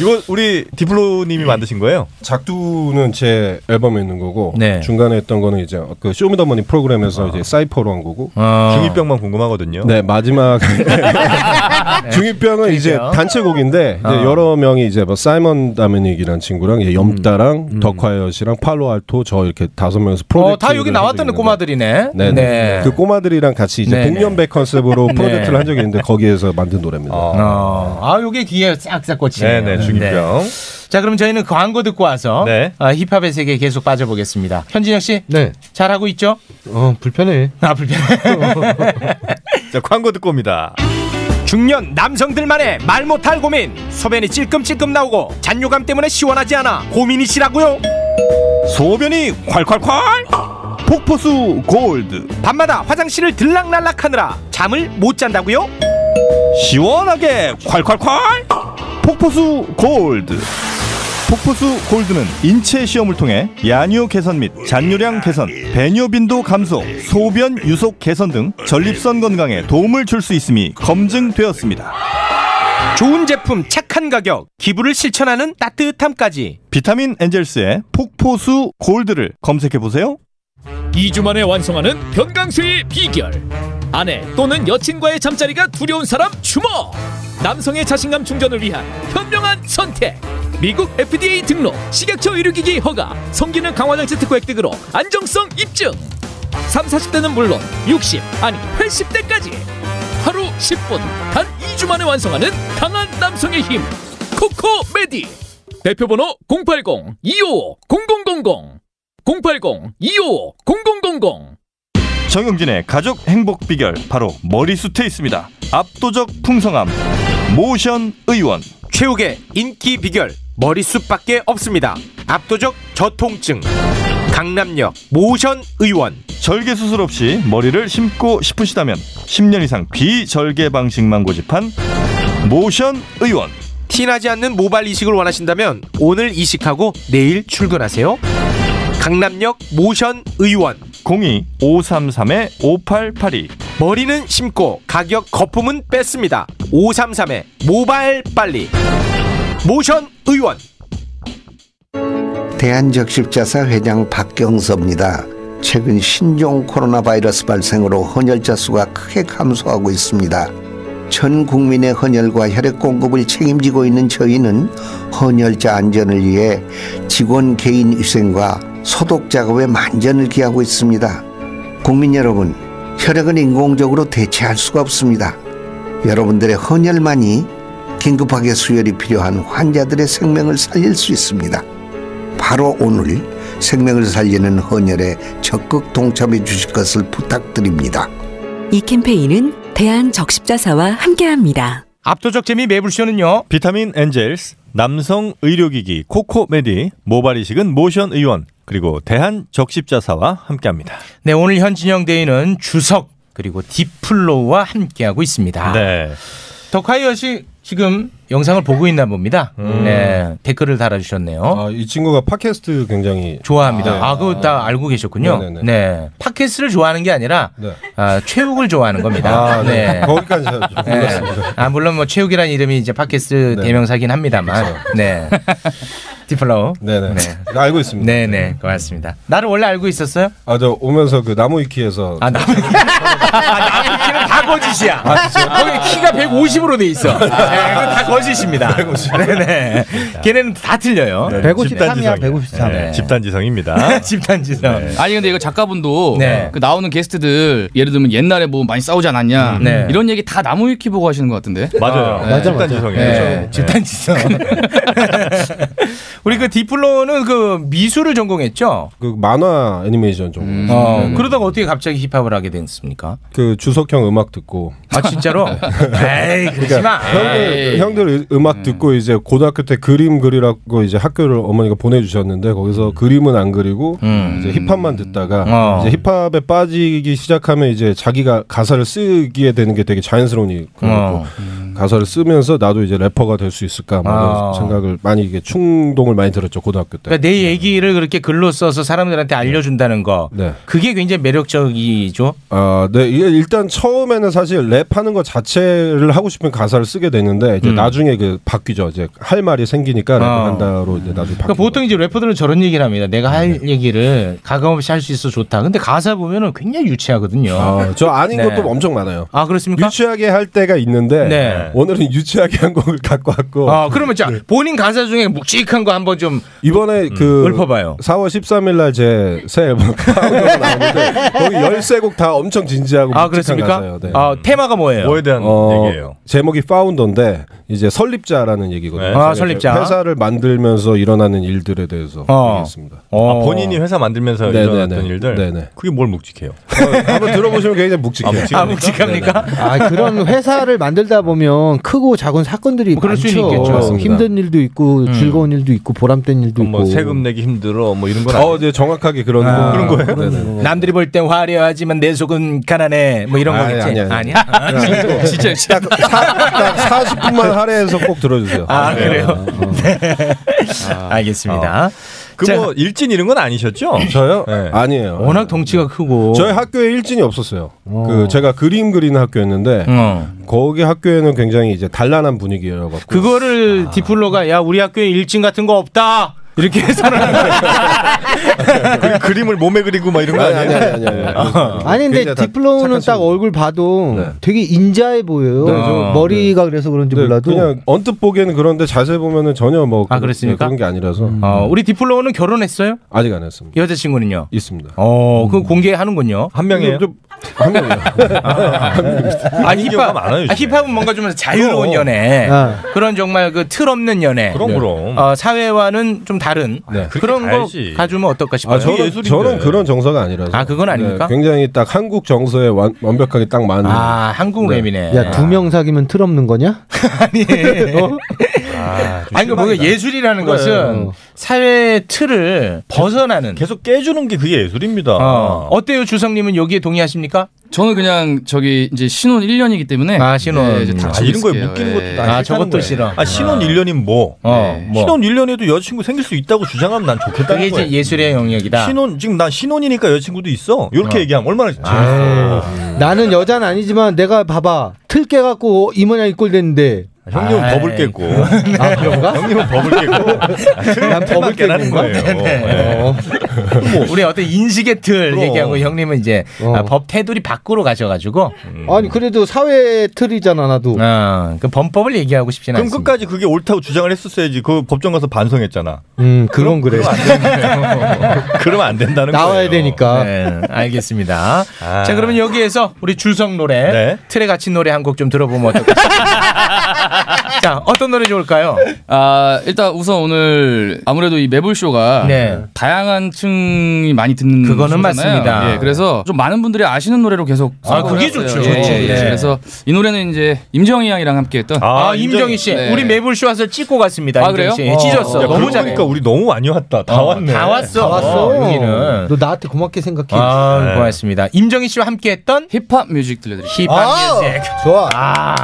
이거 우리 디플로님이 만드신 거예요? 네.
작두는 제 앨범에 있는 거고 중간에 했던 거는 이제 그 쇼미더머니
아.
프로그램에서 이제 사이퍼로 한 거고
어.
중이병만 궁금하거든요.
네 마지막
아, 네.
중이병은 이제 단체곡인데 이제
어.
여러 명이 이제 뭐 사이먼 다메닉이라는 친구랑 이제 염따랑 덕화여씨랑 팔로알토 저 이렇게 다섯 명에서
음. 어,
프로젝트
다 여기 나왔던 꼬마들이네.
네, 네. 그 꼬마들이랑 같이 이제
네네.
동년배 컨셉으로
네.
프로젝트를 한 적이 있는데 거기에서 만든 노래입니다.
어, 아, 요게 귀에 싹싹 꽂히네요.
네네, 중이병.
자, 그럼 저희는 광고 듣고 와서 아, 힙합의 세계에 계속 빠져보겠습니다. 현진혁 씨?
네.
잘하고 있죠?
어, 불편해.
아, 불편해.
자, 광고 듣고 옵니다.
중년 남성들만의 말 못할 고민. 소변이 찔끔찔끔 나오고 잔뇨감 때문에 시원하지 않아 고민이시라고요? 소변이 콸콸콸. 폭포수 골드. 밤마다 화장실을 들락날락하느라 잠을 못 잔다고요?
시원하게 콸콸콸 폭포수 골드 폭포수 골드는 인체 시험을 통해 야뇨 개선 및 잔뇨량 개선, 배뇨 빈도 감소, 소변 유속 개선 등 전립선 건강에 도움을 줄 수 있음이 검증되었습니다.
좋은 제품, 착한 가격, 기부를 실천하는 따뜻함까지
비타민 엔젤스의 폭포수 골드를 검색해 보세요.
2주 만에 완성하는 변강수의 비결 아내 또는 여친과의 잠자리가 두려운 사람 주먹 남성의 자신감 충전을 위한 현명한 선택 미국 FDA 등록 식약처 의료기기 허가 성기능 강화장치 특허 획득으로 안정성 입증 3, 40대는 물론 60 아니 80대까지 하루 10분 단 2주 만에 완성하는 강한 남성의 힘 코코메디 대표번호 080-255-0000 080-255-0000
정영진의 가족 행복 비결 바로 머리숱에 있습니다. 압도적 풍성함 모션 의원
최욱의 인기 비결 머리숱밖에 없습니다. 압도적 저통증 강남역 모션 의원
절개 수술 없이 머리를 심고 싶으시다면 10년 이상 비절개 방식만 고집한 모션 의원
티나지 않는 모발 이식을 원하신다면 오늘 이식하고 내일 출근하세요. 강남역 모션 의원
02-533-5882
머리는 심고 가격 거품은 뺐습니다. 533에 모발 빨리 모션 의원
대한적십자사 회장 박경서입니다. 최근 신종 코로나 바이러스 발생으로 헌혈자 수가 크게 감소하고 있습니다. 전 국민의 헌혈과 혈액 공급을 책임지고 있는 저희는 헌혈자 안전을 위해 직원 개인 위생과 소독 작업에 만전을 기하고 있습니다. 국민 여러분, 혈액은 인공적으로 대체할 수가 없습니다. 여러분들의 헌혈만이 긴급하게 수혈이 필요한 환자들의 생명을 살릴 수 있습니다. 바로 오늘 생명을 살리는 헌혈에 적극 동참해 주실 것을 부탁드립니다.
이 캠페인은 대한적십자사와 함께합니다.
압도적 재미 매불쇼는요.
비타민 엔젤스, 남성 의료기기 코코메디, 모발 이식은 모션 의원, 그리고 대한 적십자사와 함께합니다.
네 오늘 현진영 대인은 주석 그리고 디플로우와 함께하고 있습니다. 더콰이엇이 지금 영상을 보고 있나 봅니다. 네 댓글을 달아주셨네요.
이 친구가 팟캐스트 굉장히
좋아합니다.
네.
아, 그거 다 알고 계셨군요.
네네네. 네.
네 팟캐스트를 좋아하는 게 아니라 아, 최욱을 좋아하는 겁니다.
아, 네. 거기까지 좀 몰랐습니다. 네.
아 물론 뭐 최욱이라는 이름이 이제 팟캐스트 대명사긴 합니다만. 네. 디플로우.
그렇죠. 네네. 알고 있습니다.
네네. 고맙습니다. 나를 원래 알고 있었어요?
아 저 오면서 그 나무위키에서
아 나무 다 거짓이야.
아, 진짜요?
거기 키가 150으로 돼 있어. 네, 그건 다 거짓입니다. 네네. 걔네는 다 틀려요.
153 이야,
153.
네,
네.
집단지성입니다. 네.
집단지성.
네. 아니 근데 이거 작가분도
네.
그 나오는 게스트들 예를 들면 옛날에 뭐 많이 싸우지 않았냐
음.
네.
이런 얘기 다 나무 위키 보고 하시는 것 같은데 네.
맞아요. 맞아, 집단지성이에요. 그렇죠.
네, 집단지성. 우리 그 디플로는 그 미술을 전공했죠.
그 만화 애니메이션 좀.
어, 그러다가 어떻게 갑자기 힙합을 하게 됐습니까?
그 주석형 음악 듣고.
아 진짜로? 에이 그러지 마.
그러니까
예.
형들, 형들 음악 듣고 이제 고등학교 때 그림 그리라고 이제 학교를 어머니가 보내주셨는데 거기서 그림은 안 그리고 이제 음. 힙합만 듣다가
음. 어.
이제 힙합에 빠지기 시작하면 이제 자기가 가사를 쓰게 되는 게 되게 자연스러운 일이고
어.
가사를 쓰면서 나도 이제 래퍼가 될 수 있을까 뭐 이런
아.
생각을 많이 이게 충동을 많이 들었죠 고등학교 때.
그러니까 내 얘기를 그렇게 글로 써서 사람들한테 알려준다는 거. 그게 굉장히 매력적이죠.
아, 네. 이게 일단 처음에는 사실 랩하는 것 자체를 하고 싶은 가사를 쓰게 되는데 이제
음.
나중에 그 바뀌죠. 이제 할 말이 생기니까 랩을
아.
한다로 이제 나중에 바뀌.
그러니까 보통 이제 래퍼들은 저런 얘기를 합니다. 내가 할 얘기를 가감없이 할 수 있어 좋다. 근데 가사 보면은 굉장히 유치하거든요.
아, 저 아닌 것도 엄청 많아요.
네. 아 그렇습니까?
유치하게 할 때가 있는데
네.
오늘은 유치하게 한 곡을 갖고 왔고.
아 그러면 자 본인 가사 중에 묵직한 거 한번 좀 음.
이번에 그
읊어봐요.
4월 13일 날 제 새 앨범 카운트가 나오는데 거기 13곡 다 엄청 진지하고
아
묵직한
그렇습니까?
가사예요. 네.
아 테마가 뭐예요?
어, 제목이 파운더인데 이제 설립자라는 얘기거든요.
네.
그래서
아,
이제
설립자.
회사를 만들면서 일어나는 일들에 대해서
어.
얘기했습니다.
어.
아, 본인이 회사 만들면서
네네네.
일어났던 일들.
네네. 어,
그게 뭘 묵직해요?
한번 들어보시면 굉장히 묵직해요.
아, 묵직합니까?
네네.
아 그런 회사를 만들다 보면 크고 작은 사건들이
그럴 수는
많죠.
있겠죠. 맞습니다.
힘든 일도 있고
음.
즐거운 일도 있고 보람된 일도 있고.
뭐 세금 내기 힘들어 뭐 이런 건
어, 네, 정확하게 그런
아,
거.
그런 거예요? 남들이 볼 땐 화려하지만 내 속은 가난해 뭐 이런
아니,
거겠지.
아니, 아니.
아니야?
아니고.
진짜 진짜.
40분만 할애해서 꼭 들어주세요.
아,
네.
그래요? 네.
아,
알겠습니다. 자.
그뭐 일진 이런 건 아니셨죠?
저요? 아니에요.
네.
네.
워낙 덩치가 크고
저희 학교에 일진이 없었어요. 그 제가 그림 그리는 학교였는데
어.
거기 학교에는 굉장히 이제 단란한 분위기여서
그거를 디플로가 야 우리 학교에 일진 같은 거 없다 이렇게 해서
그림을 몸에 그리고 막뭐 이런 네.
거 아니, 아니에요? 아니, 아니, 아니.
아니 근데 디플로우는 딱 얼굴 봐도 되게 인자해 보여요.
네.
저
어,
머리가 그래서 그런지 몰라도
그냥 언뜻 보기에는 그런데 자세히 보면은 전혀 뭐
아,
그-
그렇습니까?
그런 게 아니라서 음.
어, 우리 디플로우는 결혼했어요?
아직 안 했습니다.
여자친구는요?
있습니다.
어, 그거 공개하는군요.
한
명이에요? 한 명이요.
아, 힙합. 아, 힙합은 뭔가 좀 자유로운
그럼.
연애.
아.
그런 정말 그 틀 없는 연애.
그럼, 네. 그럼.
어, 사회와는 좀 다른 그런 거
가야지.
가주면 어떨까 싶어요.
아, 저는, 저는 그런 정서가 아니라서. 아, 그건
아닙니까?
굉장히 딱 한국 정서에 완, 완벽하게 딱 맞는.
아, 한국 랩이네.
야 두 명 사귀면 틀 없는 거냐?
예, 아, 아니 그 뭔가 예술이라는
그래.
것은 사회 틀을 벗어나는
계속 깨주는 게 그게 예술입니다.
어. 어때요, 주성님은 여기에 동의하십니까?
저는 그냥 저기 이제 신혼 1년이기 때문에
아, 신혼.
네, 이제
아,
닥치고
이런 거에
있을게요.
묶이는
예.
것도 나 싫다는 거예요. 아, 신혼 1년이면 뭐?
어, 뭐.
신혼 1년에도 여자친구 생길 수 있다고 주장하면 난 좋겠다는
그게 이제
거예요.
예술의 영역이다.
신혼 지금 난 신혼이니까 여자친구도 있어. 이렇게
어.
얘기하면 얼마나 재밌어.
아, 나는 여자는 아니지만 내가 봐봐 틀 깨갖고 이 모양 이꼴 됐는데.
형님은
아이,
법을 깼고.
아, 그런가?
형님은 법을 깼고.
난 법을
깨라는 거예요.
네. 우리 어떤 인식의 틀 얘기하고 형님은 이제
어.
아, 법 테두리 밖으로 가셔가지고
음.
아니 그래도 사회 틀이잖아 나도.
아, 그 범법을 얘기하고 싶진
그럼
않습니다.
끝까지 그게 옳다고 주장을 했었어야지. 그 법정 가서 반성했잖아.
음 그건 그래.
그러면 안 된다는
나와야
거예요. 아.
되니까.
네, 알겠습니다. 자 그러면 여기에서 우리 줄성 노래
네.
틀에 갇힌 노래 한 곡 좀 들어보면 어떨까요? 자 어떤 노래 좋을까요?
아 일단 우선 오늘 아무래도 이 매불 쇼가
네.
다양한 층이 많이 듣는
그거는
쇼잖아요.
맞습니다.
예, 그래서 좀 많은 분들이 아시는 노래로 계속
아,
선곡을
그게
했어요.
좋죠.
예,
좋죠.
예,
네.
그래서 이 노래는 이제 임정희 양이랑 함께했던
아, 임정희 씨,
네.
우리 매불쇼 와서 찍고 갔습니다.
아,
임정희
그래요?
씨. 예, 찢었어.
야,
너무
그러고
잘해.
보니까
우리 너무 많이 왔다. 다 왔네.
다 왔어.
다 왔어.
여기는.
너 나한테 고맙게 생각해.
아,
네.
네.
고맙습니다. 임정희 씨와 함께했던 힙합 뮤직 들려드릴게요. 힙합
아,
뮤직.
좋아.
아.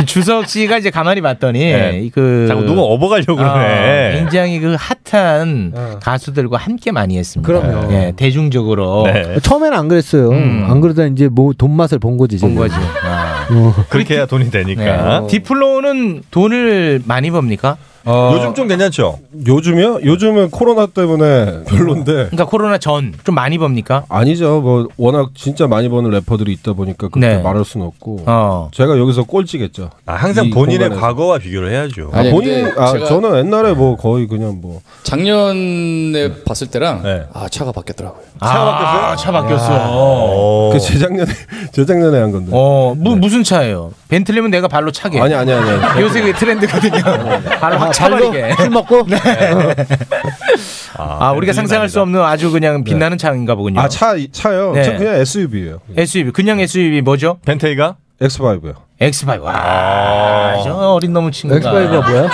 이 주석 씨가 이제 가만히 봤더니
네.
그
자꾸 누가 업어가려고 어. 그러네.
아, 굉장히 그 핫한 가수들과 함께 많이 했습니다. 그럼요. 예, 대중적으로
네.
처음에는 안 그랬어요. 안 그러다 이제 뭐 돈 맛을 본 거지. 본
거지.
아, 그렇게 해야 돈이 되니까.
어.
네. 디플로는 돈을 많이 법니까?
어.
요즘 좀 괜찮죠?
요즘이요? 요즘은 코로나 때문에 별론데.
그러니까 코로나 전 좀 많이 법니까?
아니죠. 뭐 워낙 진짜 많이 버는 래퍼들이 있다 보니까 그렇게
네.
말할 수는 없고.
어.
제가 여기서 꼴찌겠죠.
아, 항상
이
본인의
공간에서.
과거와 비교를 해야죠.
아, 본인 아 저는 옛날에 뭐 거의 그냥 뭐
작년에 봤을 때랑 아 차가 바뀌었더라고요.
아, 차 바뀌었어.
그 재작년에 재작년에 한 건데. 네.
어, 무, 무슨 차예요? 벤틀리면 내가 발로 차게.
아니, 아니, 아니, 어. 아니.
요새 그게 트렌드거든요. 발로
아,
확 차버리게. 네.
발로 술 먹고.
아, 우리가 상상할 수 없는 아주 그냥 빛나는 차인가 보군요.
네. 아 차 차요.
네.
저 그냥 SUV예요.
SUV. 그냥 SUV 뭐죠?
벤테이가? 아.
X5요.
X5 와, 저 어린 놈을 친구가.
X5 가 뭐야?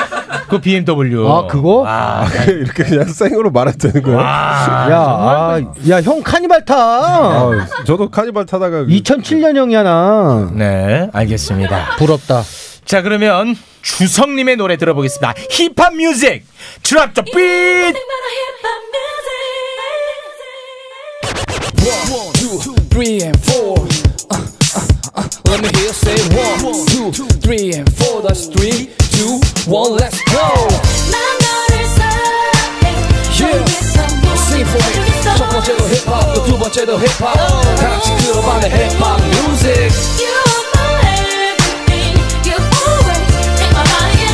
그 BMW.
아,
그거?
아,
이렇게 그냥 생으로 말았다는 거야.
어? 아,
아.
야야형 카니발 타.
아,
저도 카니발 타다가
2007년형이야 나.
그 네, 알겠습니다.
부럽다.
자 그러면 주성님의 노래 들어보겠습니다. 힙합 뮤직 드랍 더 빛.
One, two, three, and four. Uh, uh, uh, let me hear you say one, two, three, and four. That's three, two, one. Let's go. Yeah. Sing for me. 첫 번째도 힙합, 또두 번째도 힙합. 다 같이 들어봐내 힙합 music.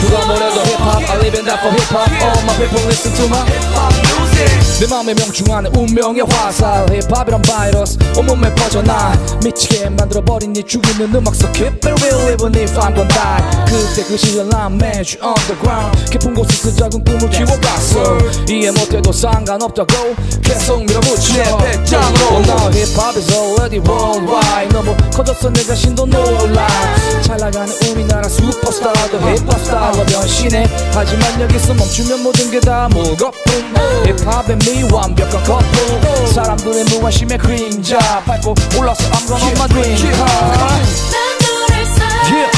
누가 뭐래도 힙합 I live and die for 힙합 All my people listen to my 힙합 music 내 맘에 명중하는 운명의 화살 힙합이란 바이러스 온몸에 퍼져나 미치게 만들어버린 네 죽이는 음악 So keep it real even if I'm gon' die 그때 그 시절 난 매주 underground 깊은 곳에서 작은 꿈을 키워봤어 이해 못해도 상관없다고 계속 밀어붙여 내 배짱으로 Now hip-hop is already worldwide 너무 커졌어 내 자신도 놀라 잘 나가는 우리나라 슈퍼스타도 힙합 스타로 변신해 하지만 여기서 멈추면 모든 게 다 무거품 힙합의 미완벽한 거품 사람들의 무관심에 그림자 밟고 올라서 I'm gonna my dream Yeah.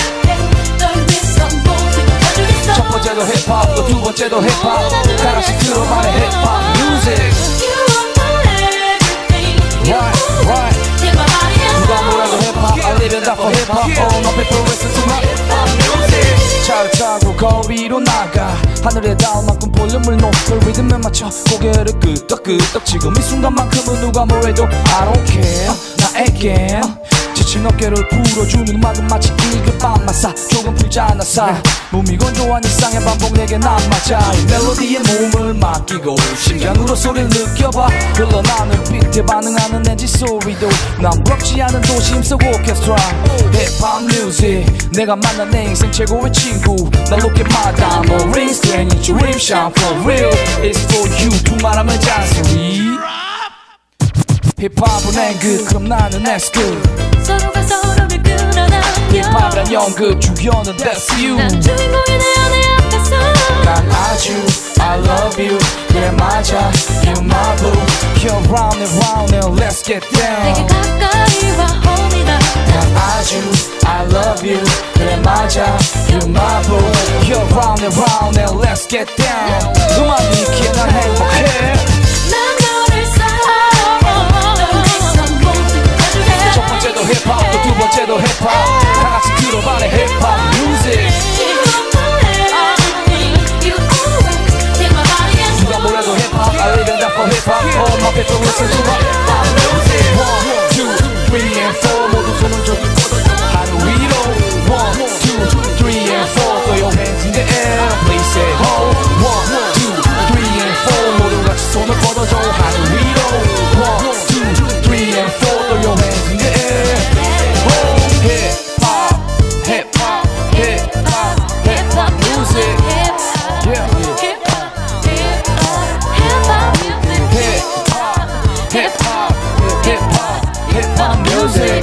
첫 번째도 힙합 또두 번째도 힙합 다 같이 들어봐요 힙합 music Right, right. 누가 뭐라고 힙합 I live and die for 힙합 All my people listen to my 힙합 music 차를 타고 거리로 나가 하늘에 닿을 만큼 볼륨을 높여 리듬에 맞춰 고개를 끄덕끄덕 지금 이 순간만큼은 누가 뭐래도 I don't care 나에겐 지친 어깨를 풀어주는 음악은 마치 일급 밤마사 조금 풀자 나사 몸이 건조한 일상의 반복 내게 난 맞아 이 멜로디에 몸을 맡기고 심장으로 소리를 느껴봐 흘러나는 빛에 반응하는 엔지 소리도 난 부럽지 않은 도심 속 오케스트라 힙합 뮤직 내가 만난 내 인생 최고의 친구 날 높게 마다 뭐 rings then your dream shine for real It's for you 두말하면 잔소리 힙합은 앵글 그럼 나는 S급
서로가 서로를 끌어당겨
힙합이란 연극 주연은 That's you
난 주인공이 내 안에 앞에서
난 아주 I love you 그래 맞아 You're my boo You're round and round and let's get
내게
down
가까이 와 홈이다
난 아주 I love you 그래 맞아 You're my boo You're round and round and let's get down 음악이 있기에 난 행복해
난 너를 사랑해 넌 내선 모든 것을 해.
첫 번째도 힙합 또 두 번째도 힙합 다 같이 들어봐내 힙합 뮤직 누가 뭐래도 힙합 I live and die for 힙합 어, 뭐, 그 All my people listen to my 힙합 music One, two, three and four 모두 손을 저기 뻗어줘 하늘 위로 One, two, three and four Throw your hands in the air Please say ho One, two, three and four 모두 같이 손을 뻗어줘 하늘 위로 One, two, three and four Throw your hands in the air Ho 힙합 힙합 힙합 힙합 music Yeah 힙합 힙합 힙합 힙합 music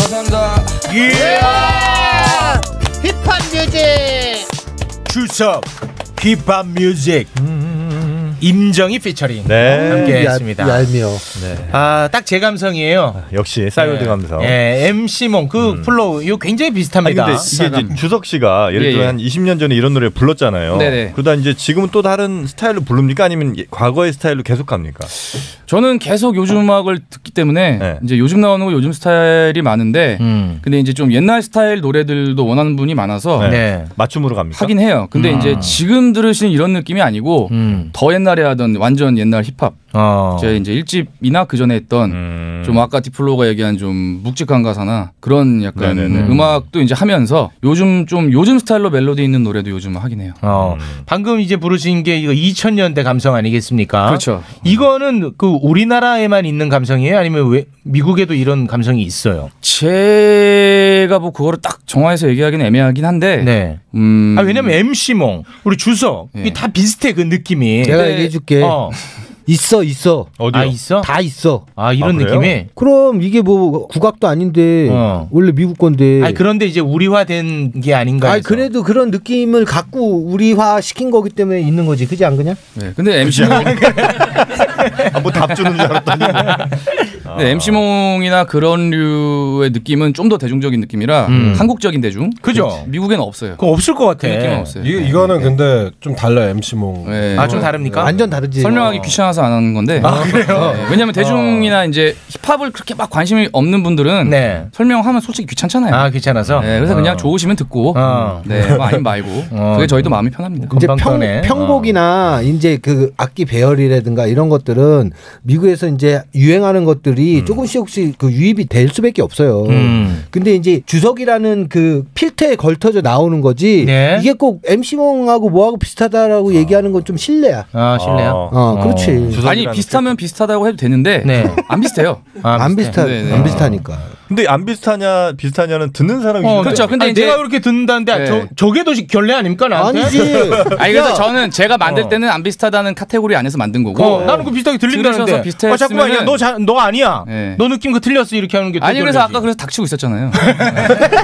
감사합니다
예,
힙합 뮤직
주섭 힙합 뮤직
음,
임정이 피처링
네.
함께했습니다.
얄- 얄미워. 네.
네. 아딱 제 감성이에요.
역시 싸이월드 감성. 음.
예, MC 몽그 플로우 이거 굉장히 비슷합니다.
아니, 근데 이게 이제 주석 씨가 예를
예,
들어
예.
한 20년 전에 이런 노래 를 불렀잖아요.
네네.
그러다 이제 지금은 또 다른 스타일로 부릅니까? 아니면 예- 과거의 스타일로 계속 갑니까?
저는 계속 요즘 음악을 듣기 때문에 이제 요즘 나오는 거 요즘 스타일이 많은데 근데 이제 좀 옛날 스타일 노래들도 원하는 분이 많아서
네. 맞춤으로 갑니까?
하긴 해요. 근데
음.
이제 지금 들으시는 이런 느낌이 아니고 더 옛날에 하던 완전 옛날 힙합.
어.
제 이제 일집이나 그 전에 했던 좀 아까 디플로가 얘기한 좀 묵직한 가사나 그런 약간
네네네.
음악도 이제 하면서 요즘 좀 요즘 스타일로 멜로디 있는 노래도 요즘 뭐 하긴 해요.
어,
음.
방금 이제 부르신 게 이거 2000년대 감성 아니겠습니까?
그렇죠.
이거는 그 우리나라에만 있는 감성이에요? 아니면 왜 미국에도 이런 감성이 있어요?
제가 뭐 그거를 딱 정화해서 얘기하기는 애매하긴 한데.
네.
음. 예.
아, 왜냐면 MC몽, 우리 주석, 이게 다 비슷해, 그 느낌이.
내가 얘기해줄게.
어.
있어 있어.
어디요? 아, 있어?
다 있어.
아, 이런 아, 그래요? 느낌이?
그럼 이게 뭐 국악도 아닌데
어.
원래 미국 건데.
아니 그런데 이제 우리화된 게 아닌가
네. 아니,
해서.
그래도 그런 느낌을 갖고 우리화 시킨 거기 때문에 있는 거지. 그지 안 그냥?
네. 근데 MC
뭐답 주는 줄 알았더니.
네, MC몽이나 그런 류의 느낌은 좀 더 대중적인 느낌이라
음.
한국적인 대중.
그죠?
미국에는 없어요.
그거 없을 것 같아.
그 느낌은 없어요. 네.
이, 이거는 근데 좀 달라요 MC몽.
아, 좀 다릅니까? 완전
다르지.
설명하기 귀찮아서 안 하는 건데.
아, 그래요?
네, 왜냐면 대중이나 이제 힙합을 그렇게 막 관심이 없는 분들은 설명하면 솔직히 귀찮잖아요. 아,
귀찮아서?
네, 그래서
어.
그냥 좋으시면 듣고,
어.
네, 뭐 아니면 말고.
어.
그게 저희도 마음이 편합니다.
이제 평, 평복이나 이제 그 악기 배열이라든가 이런 것들은 미국에서 이제 유행하는 것들이 조금씩 혹시 그 유입이 될 수밖에 없어요.
음.
근데 이제 주석이라는 그 필터에 걸터져 나오는 거지
네.
이게 꼭 MC몽하고 뭐하고 비슷하다라고 얘기하는 건 좀 실례야.
아 실례요?
어, 그렇지. 네.
아니 비슷하면 비슷하다고 해도 되는데 안 비슷해요.
안 비슷하
네, 네.
안 비슷하니까.
근데 안 비슷하냐 비슷하냐는 듣는 사람이
어, 그렇죠. 근데 내가 이렇게 듣는다는데 아,
네.
저, 저게 더 결례 아닙니까 나한테?
아니 그래서 저는 제가 만들 때는 안 비슷하다는 카테고리 안에서 만든 거고.
어, 나는 그 비슷하게 들린다는데.
들으셔서 비슷했으면
어, 자꾸 아니야. 너, 자, 너 아니야. 너 느낌 그 틀렸어. 이렇게 하는 게. 또
아니 그래서
결례지.
아까 그래서 닥치고 있었잖아요.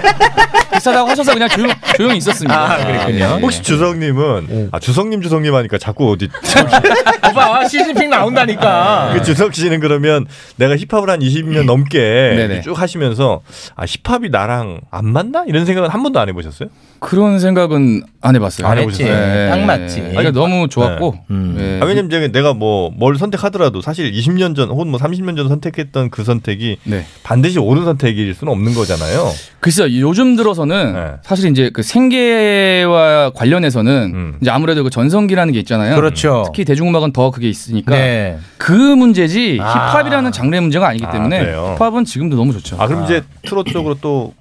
비슷하다고 하셔서 그냥 조용, 조용히 있었습니다. 예, 예.
아, 혹시 주성님은 아 주성님 주성님 하니까 자꾸 어디
아, 봐봐 시즌핑 나온다니까.
네.
그 주석 씨는 그러면 내가 힙합을 한 20년 넘게
네네.
쭉 하시면서 아 힙합이 나랑 안 맞나 이런 생각은 한 번도 안 해보셨어요?
그런 생각은 안 해봤어요.
안 해보셨어요?
예, 예. 그러니까 너무 좋았고. 음.
네. 아, 왜냐면 제가 내가 뭐 뭘 선택하더라도 사실 20년 전 혹은 뭐 30년 전 선택했던 그 선택이
네.
반드시 옳은 선택일 수는 없는 거잖아요.
글쎄요 요즘 들어서는
네.
사실 이제 그 생계와 관련해서는 이제 아무래도 그 전성기라는 게 있잖아요.
음. 그렇죠.
특히 대중음악은 더 그게 있으니까
네.
그 문제지
아.
힙합이라는 장르의 문제가 아니기
아,
때문에
그래요?
힙합은 지금도 너무 좋죠.
아 그럼 이제 트롯 쪽으로 또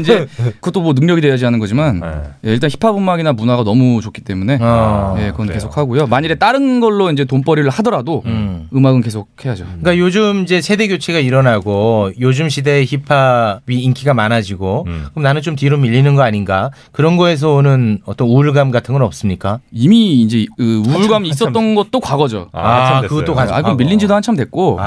이제
네.
그것도 뭐 능력이 돼야지 하는 거지만 예, 일단 힙합 음악이나 문화가 너무 좋기 때문에
아,
예, 그건 계속 하고요. 만일에 다른 걸로 이제 돈벌이를 하더라도 음. 악은 계속 해야죠.
그러니까 요즘 이제 세대 교체가 일어나고 요즘 시대의 힙합이 인기가 많아지고 그럼 나는 좀 뒤로 밀리는 거 아닌가 그런 거에서 오는 어떤 우울감 같은 건 없습니까?
이미 이제 그 우울감이 있었던 것도 과거죠.
아, 한참 됐어요. 그것도 아. 과거.
아, 그럼 밀린 지도 한참 됐고.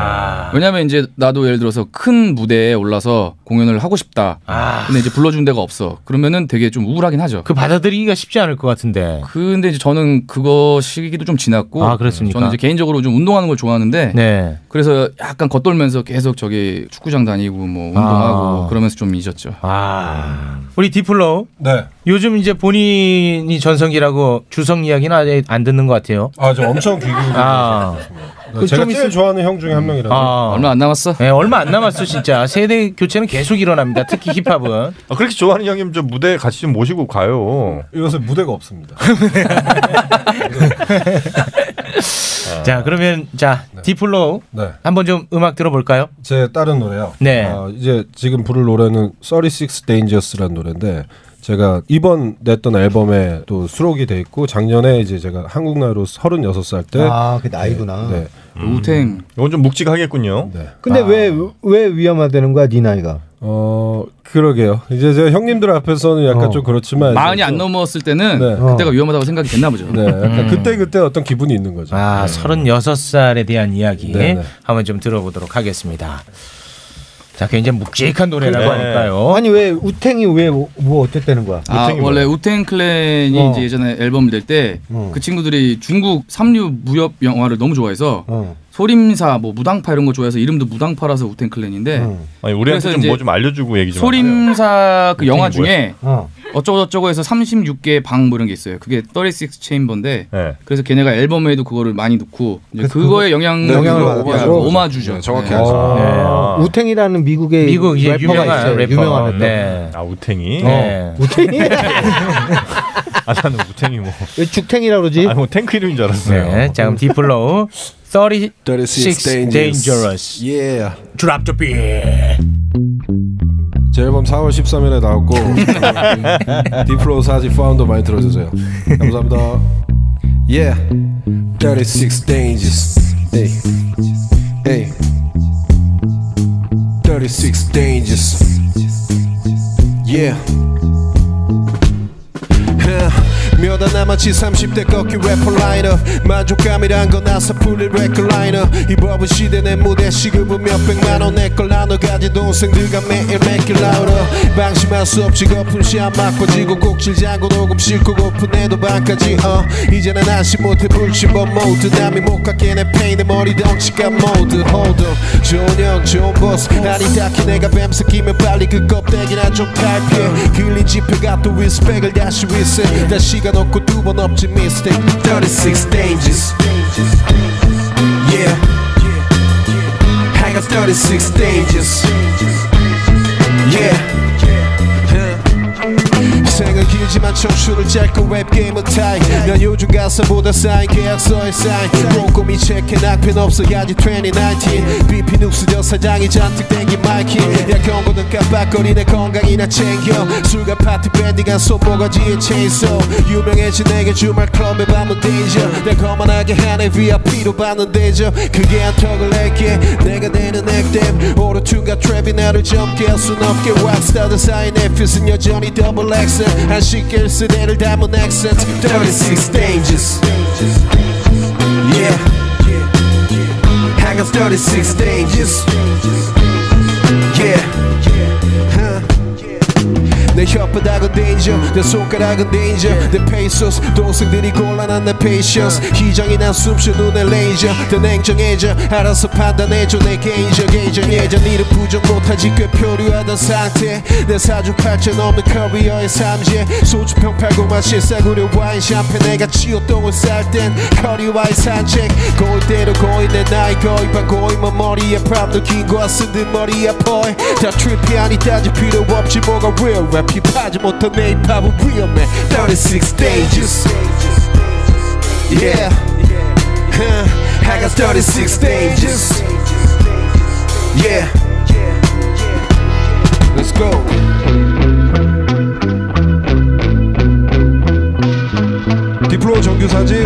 왜냐면 이제 나도 예를 들어서 큰 무대에 올라서 공연을 하고 싶다. 근데 이제 불러준 데가 없어. 그러면은 되게 좀 우울하긴 하죠.
아. 그 받아들이기가 쉽지 않을 것 같은데.
근데 이제 저는 그거 시기도 좀 지났고.
아, 그렇습니까?
저는 이제 개인적으로 좀 운동하는 걸 좋아하는데.
네.
그래서 약간 겉돌면서 계속 저기 축구장 다니고 뭐 운동하고
아.
그러면서 좀 잊었죠.
아. 우리 디플로우. 네. 요즘 이제 본인이 전성기라고 주성 이야기는 아예 안 듣는 것 같아요.
아, 저 엄청 귀 기울이고
아.
그 제가 제일 좋아하는 형 중에 한 명이라서.
얼마 안 남았어?
네, 얼마 안 남았어 진짜. 세대 교체는 계속 일어납니다. 특히 힙합은.
아, 그렇게 좋아하는 형님 좀 무대 같이 좀 모시고 가요.
이것은 무대가 없습니다.
자, 그러면 자, 디플로우.
네.
한번 좀 음악 들어볼까요?
제 다른 노래요.
네.
어, 이제 지금 부를 노래는 36 Dangerous라는 노래인데 제가 이번 냈던 앨범에 또 수록이 돼 있고 작년에 이제 제가 한국 나이로 36살 때
아, 그 나이구나.
네.
음.
아.
우탱.
이건 좀 묵직하겠군요.
근데 왜 왜 위험하다는 거야 네 나이가?
어 그러게요. 이제 제가 형님들 앞에서는 약간
어.
좀 그렇지만 이제
마흔이
좀-
안 넘었을 음. 때는
그렇죠. 네.
어.
그때가 위험하다고 생각이 됐나 보죠.
네,
음.
약간 그때 그때 어떤 기분이 있는 거죠.
네.
아, 36살에 대한 이야기
네네.
한번 좀 들어보도록 하겠습니다. 자, 굉장히 묵직한 노래라고
네.
하니까요.
아니 왜 우탱이 왜 뭐 어쨌다는 거야?
아, 원래 우텐 클랜이
어.
이제 예전에 앨범 낼 때 그
어.
친구들이 중국 삼류 무협 영화를 너무 좋아해서
어.
소림사 뭐 무당파 이런 거 좋아해서 이름도 무당파라서 우텐 클랜인데
어.
아니 우리한테 좀 뭐 좀 알려주고 얘기 좀.
소림사 그 영화 중에
어.
어쩌고저쩌고 해서 36개 방 뭐 이런 게 있어요. 그게 36 체인버인데
네.
그래서 걔네가 앨범에도 그거를 많이 넣고 이제
그래서
그거에
그거-
영향
네, 영향을
그거
받아가지고.
오마- 오마주죠. 네.
아. 우탱이라는 미국의
뭐. 미국 이제
래퍼가
유명한
있어요.
래퍼.
유명한 래퍼.
네.
아 우탱이.
어. 우탱이?
아 나는 우탱이 뭐.
왜 죽탱이라고 그러지?
아뭐 탱크 이름인 줄 알았어요.
네, 자, 그럼 디플로우 36
Dangerous.
Dangerous.
Yeah.
Drop the beat.
제 앨범 4월 13일에 나왔고
디플로 사지 파운더 많이 들어주세요. 감사합니다.
예.
Yeah, 36 dangers.
네.
Hey, hey. 36 dangers. Yeah.
몇
이러다 나마치 30대 꺾인 래퍼 라이너 만족감이란 건 아사풀린 레크 라이너 이 버블 시대 내 무대 시급은 몇백만원 내걸 나눠가진 동생들과 매일 맥길 라우러 방심할 수 없이 거품 시안 맞고 지고 꼭질 장고 녹음 싣고 고픈 애도 반까지 어 이제는 안심 못해 불침범 모드 남이 못 갖게 내 페인에 머리 덩치가 모드 hold on 좋은 형 좋은 보스 아니 딱히 내가 뱀새끼면 빨리 그 껍데기나 좀 탈피해 길린 지표가 또 리스펙을 다시 리셋 다 시간 없고 두 번 없지 미스테이크 36 dangers yeah I got 36 dangers yeah 생은 길지만 청춘을 짧고 랩 게임은 타이 난 요즘 가사보다 쌓인 계약서에 쌓인 꼼꼼히 체크해 낭패는 없어 야지 2019 BP 뉴스 저 사장이 잔뜩 땡긴 마이키 야 경고는 깜빡거리 내 건강이나 챙겨 술과 파티 밴딩한 손모가지에 체인소 유명해진 내게 주말 클럽에 밤은 데이저 날 거만하게 하네 VIP로 받는 데이저 그게 한턱을 낼게 내가 내는 액땜 오로투가 트랩이 나를 젊게 할 순 없게 왁스타드 사인 에핏은 여전히 더블 액센 한식길 쓰레를 담은 액센트 36 dangers yeah I got 36 dangers yeah 내 혓바닥은 danger 내 손가락은 danger 내 pesos 동생들이 곤란한 내 patience 희정이 난 숨쉬어 눈에 레이저 더 냉정해져 알아서 판단해줘 내 개인적 예전 예전 일은 부정 못하지 꽤 표류하던 상태 내 사주팔째 넘는 커리어의 삼재 소주병 팔고 마실 싸구려 와인 샴페인 내가 치웠똥을 쌀땐 커리와의 산책 거울대로 거의 내 나이 거의 반 거의 뭐 머리에 팝도 긴거 쓴듯 머리 아파 다 트리피 아니 따질 필요 없지 뭐가 real 랩 힙하지 못한 내 힙합은 real man 36 stages yeah huh. I got 36 stages yeah let's go
디플로 정규 사진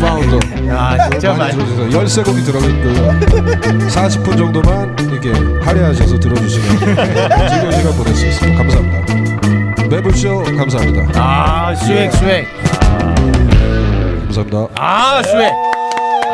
파운더. 야,
진짜 많이
들어주세요. 13곡이 들어있고요. 40분 정도만 이렇게 할애하셔서 들어주시면 즐거운 시간 보낼 수 있습니다. 감사합니다. 매불쇼 감사합니다. 예.
아, 수액, 수액.
감사합니다.
아, 수액.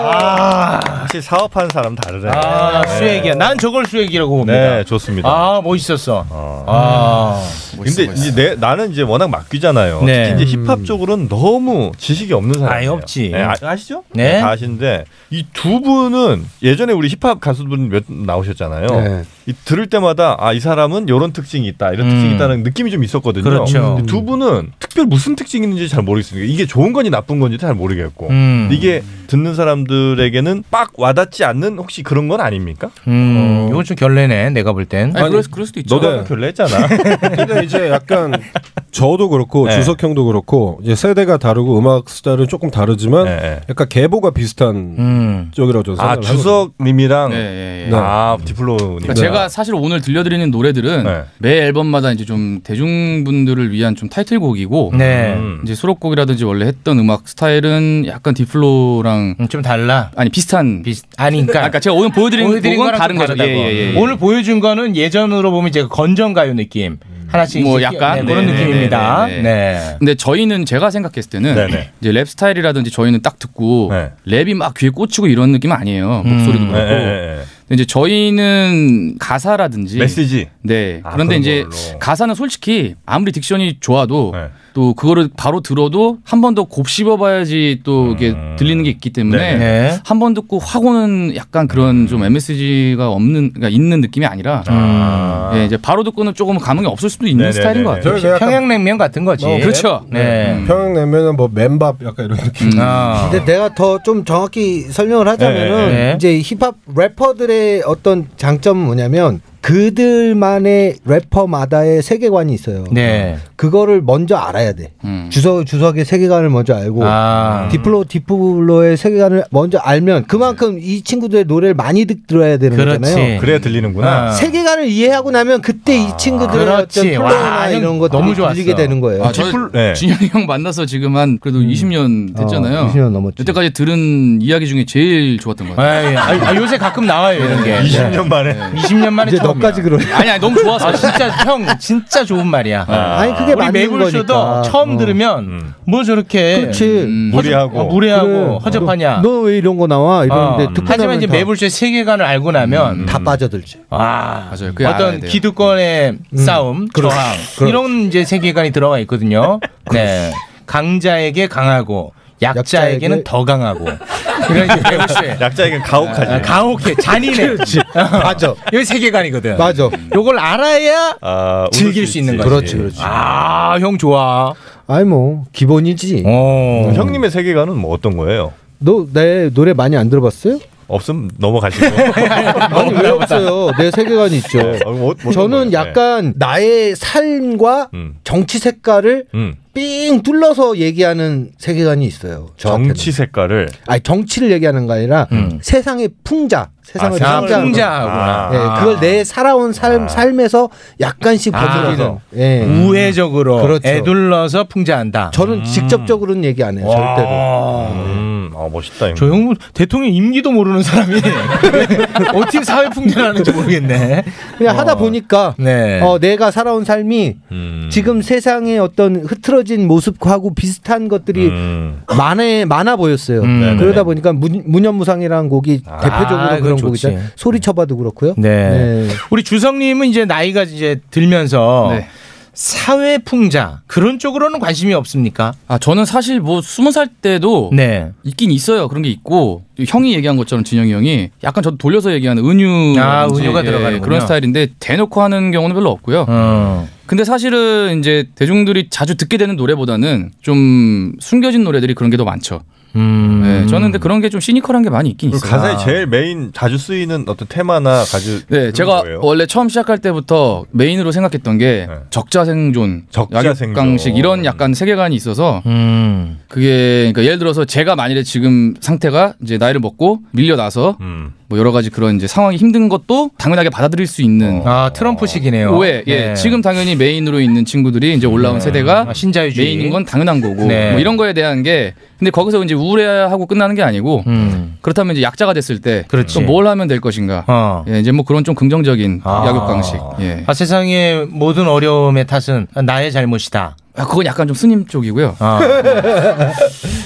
아,
사실 사업하는 사람 다르네.
아, 수액이야. 난 저걸 수액이라고 봅니다.
네, 좋습니다.
아, 멋있었어. 아,
근데 이제 내, 나는 이제 워낙 막귀잖아요.
네.
특히 이제 힙합 쪽으로는 너무 지식이 없는 사람이에요. 없지. 음. 아, 시죠
네.
다 아시는데 이 두 분은 예전에 우리 힙합 가수분 몇 나오셨잖아요.
네.
이 들을 때마다 아 이 사람은 이런 특징이 있다, 이런 특징이
음.
있다는 느낌이 좀 있었거든요.
그렇죠.
근데 두 분은 특별 무슨 특징이 있는지 잘 모르겠습니다. 이게 좋은 건지 나쁜 건지 잘 모르겠고
음.
이게 듣는 사람들에게는 빡 와닿지 않는 혹시 그런 건 아닙니까?
음,
어.
이건 좀 결례네, 내가 볼 땐.
아니, 그럴 수- 그럴 수도 있죠.
네.
너도 아까 결례했잖아. 그러니까
근데 이제 약간 저도 그렇고
네.
주석 형도 그렇고 이제 세대가 다르고 음악 스타일은 조금 다르지만 약간 계보가 비슷한
음.
쪽이라고 저는
아
생각을
주석님이랑
예, 예.
아 디플로님.
네.
그러니까 제가 사실 오늘 들려드리는 노래들은 매 앨범마다 이제 좀 대중분들을 위한 좀 타이틀곡이고
네.
이제 수록곡이라든지 원래 했던 음악 스타일은 약간 디플로랑
좀 달라.
아니 비슷한
비슷 아니 그러니까,
아까 제가 오늘 보여드린
보여드린
곡은
거랑
다른
좀
거죠.
다르다고.
예, 예, 예.
오늘 보여준 거는 예전으로 보면 이제 그 건전 가요 느낌
음.
하나씩
뭐
이제
약간
끼- 네, 그런
네, 네,
느낌입니다.
네,
네.
네, 근데 저희는 제가 생각했을 때는 이제 랩 스타일이라든지 저희는 딱 듣고
네.
랩이 막 귀에 꽂히고 이런 느낌은 아니에요. 목소리도
음.
그렇고.
네, 네, 네.
근데 이제 저희는 가사라든지
메시지.
네.
아,
그런데
그런
이제 가사는 솔직히 아무리 딕션이 좋아도 또 그거를 바로 들어도 한 번 더 곱씹어 봐야지 또 이게 들리는 게 있기 때문에
네, 네.
한 번 듣고 확 오는 약간 그런 좀 MSG가 없는 그러니까 있는 느낌이 아니라 예, 이제 바로 듣고는 조금 감흥이 없을 수도 있는
네네네.
스타일인 것
저희
같아요.
그 약간
평양냉면 같은 거지.
뭐
하고.
그렇죠. 네.
음. 평양냉면은 뭐 맨밥 약간 이런
음.
음.
느낌.
아.
근데 내가 더 좀 정확히 설명을 하자면은
네, 네.
이제 힙합 래퍼들의 어떤 장점은 뭐냐면 그들만의 래퍼마다의 세계관이 있어요.
네.
그거를 먼저 알아야 돼. 주석 주석의 세계관을 먼저 알고
아.
디플로 디플로의 세계관을 먼저 알면 그만큼 이 친구들의 노래를 많이 듣, 들어야 되는
음. 그렇지.
거잖아요.
그래야 들리는구나.
아. 세계관을 이해하고 나면 그때 이 친구들의 어떤
어. 그렇지.
플로우나
와,
이런 것들이
너무 좋았어.
들리게 되는 거예요.
아, 저 진현이 형 만나서 지금 한 그래도 20년 됐잖아요.
어, 20년 넘었죠.
여태까지 들은 이야기 중에 제일 좋았던 것 같아요.
아, 요새 가끔 나와요 이런 게.
20년
네.
만에. 20년 만에
네. 이제
처음
너까지 그러네.
아니 아니 너무 좋아서 진짜 형 진짜 좋은 말이야.
아. 아니, 그게
우리
맞는
매불쇼도
거니까. 어.
처음 들으면 뭐 저렇게 아,
그렇지.
무리하고 무리하고 허접하냐.
너 왜 이런 거 나와? 이러는데 듣고
어. 하지만 이제
나면 다-
매불쇼의 세계관을 알고 나면
다 빠져들지.
아,
맞아요. 그게 알아야
어떤
돼요.
기득권의
음.
싸움,
그렇-
저항
그렇-
이런 이제 세계관이 들어가 있거든요. 네, 강자에게 강하고 약자에게는
약자에게-
더 강하고 이런 이제 매불쇼의
약자에게는 가혹하지.
아, 가혹해, 잔인해.
그렇지.
맞아. 여기 세계관이거든.
맞아.
요걸 알아야
아,
즐길 수 있는 거지.
그렇지, 그렇지.
아, 형 좋아.
아니 뭐 기본이지.
어.
형님의 세계관은 뭐 어떤 거예요?
너내 노래 많이 안 들어봤어요?
없음 넘어가시고.
아니 왜 없어요? 내 세계관이 있죠.
네. 어, 뭐,
저는 약간 나의 삶과 정치 색깔을
음.
삥 뚫러서 얘기하는 세계관이 있어요. 저한테는.
정치 색깔을
아니 정치를 얘기하는 거 아니라
음.
세상의 풍자, 세상을
세상을
아, 풍자하구나.
예,
아.
그걸 내 살아온 삶 삶에서 약간씩 벗어나서 예.
아. 우회적으로
그렇죠.
애둘러서 풍자한다. 음.
저는 직접적으로는 얘기 안 해요. 절대로.
음, 아 멋있다.
저 형은 대통령 임기도 모르는 사람이 어떻게 사회 풍자하는지 모르겠네. 어.
그냥 하다 보니까
네. 음.
어, 내가 살아온 삶이 지금 세상의 어떤 흐트러진 모습하고 비슷한 것들이 많아 많아 보였어요.
음.
그러다 보니까 문, 무념무상이라는 곡이 대표적으로
아,
그런
그건
곡이잖아요.
좋지.
소리 쳐봐도 그렇고요.
네. 우리 주성님은 이제 나이가 이제 들면서
네.
사회 풍자 그런 쪽으로는 관심이 없습니까?
아 저는 사실 뭐 스무 살 때도
네.
있긴 있어요 그런 게 있고 형이 얘기한 것처럼 진영이 형이 약간 저도 돌려서 얘기하는 은유 예,
아, 은유가 들어가는군요. 어.
그런 스타일인데 대놓고 하는 경우는 별로 없고요. 근데 사실은 이제 대중들이 자주 듣게 되는 노래보다는 좀 숨겨진 노래들이 그런 게 더 많죠.
음.
네, 저는 근데 그런 게 좀 시니컬한 게 많이 있긴
그리고
있어요.
아.
가사에 제일 메인 자주 쓰이는 어떤 테마나 가주
네, 제가 원래 처음 시작할 때부터 메인으로 생각했던 게 적자생존,
적자생존.
약육강식 이런 약간 세계관이 있어서
음.
그게 그러니까 예를 들어서 제가 만일에 지금 상태가 이제 나이를 먹고 밀려나서 뭐 여러 가지 그런 이제 상황이 힘든 것도 당연하게 받아들일 수 있는
아 트럼프식이네요.
왜? 예,
네.
지금 당연히 메인으로 있는 친구들이 이제 올라온
네.
세대가
아, 신자유주의.
메인인 건 당연한 거고
네.
뭐 이런 거에 대한 게 근데 거기서 이제 우울해하고 끝나는 게 아니고
음.
그렇다면 이제 약자가 됐을 때
그렇지.
또 뭘 하면 될 것인가?
어.
예, 이제 뭐 그런 좀 긍정적인
아.
약육 방식. 예.
아 세상의 모든 어려움의 탓은 나의 잘못이다.
아, 그건 약간 좀 스님 쪽이고요.
아.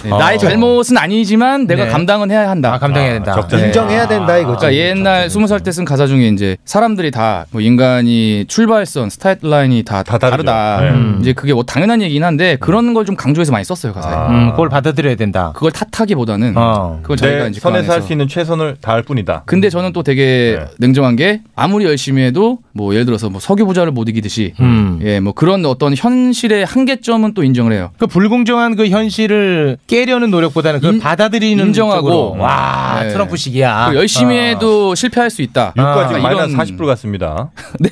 네, 나의
어.
잘못은 아니지만 내가
네.
감당은 해야 한다.
감당해야 된다. 아, 네. 적절히. 인정해야 된다, 이거죠.
그러니까 옛날 스무 살 때 쓴 가사 중에 이제 사람들이 다 뭐 인간이 출발선, 스타트라인이 다, 다르다.
네. 음.
이제 그게 뭐 당연한 얘기긴 한데 그런 걸 좀 강조해서 많이 썼어요 가사에.
음, 그걸 받아들여야 된다.
그걸 탓하기보다는
어.
그걸 저희가
내
이제
선에서 할
감안해서.
수 있는 최선을 다할 뿐이다.
음.
근데 저는 또 되게
네.
냉정한 게 아무리 열심히 해도 뭐 예를 들어서 뭐 석유 부자를 못 이기듯이
음.
예 뭐 그런 어떤 현실의 한계점은 또 인정을 해요.
그 불공정한 그 현실을 깨려는 노력보다는 그걸 받아들이는
인정하고.
쪽으로. 와
네.
아, 트럼프식이야.
그 열심히
어.
해도 실패할 수 있다.
유가 지금
아,
마이너스
이런-
40불 같습니다. 네?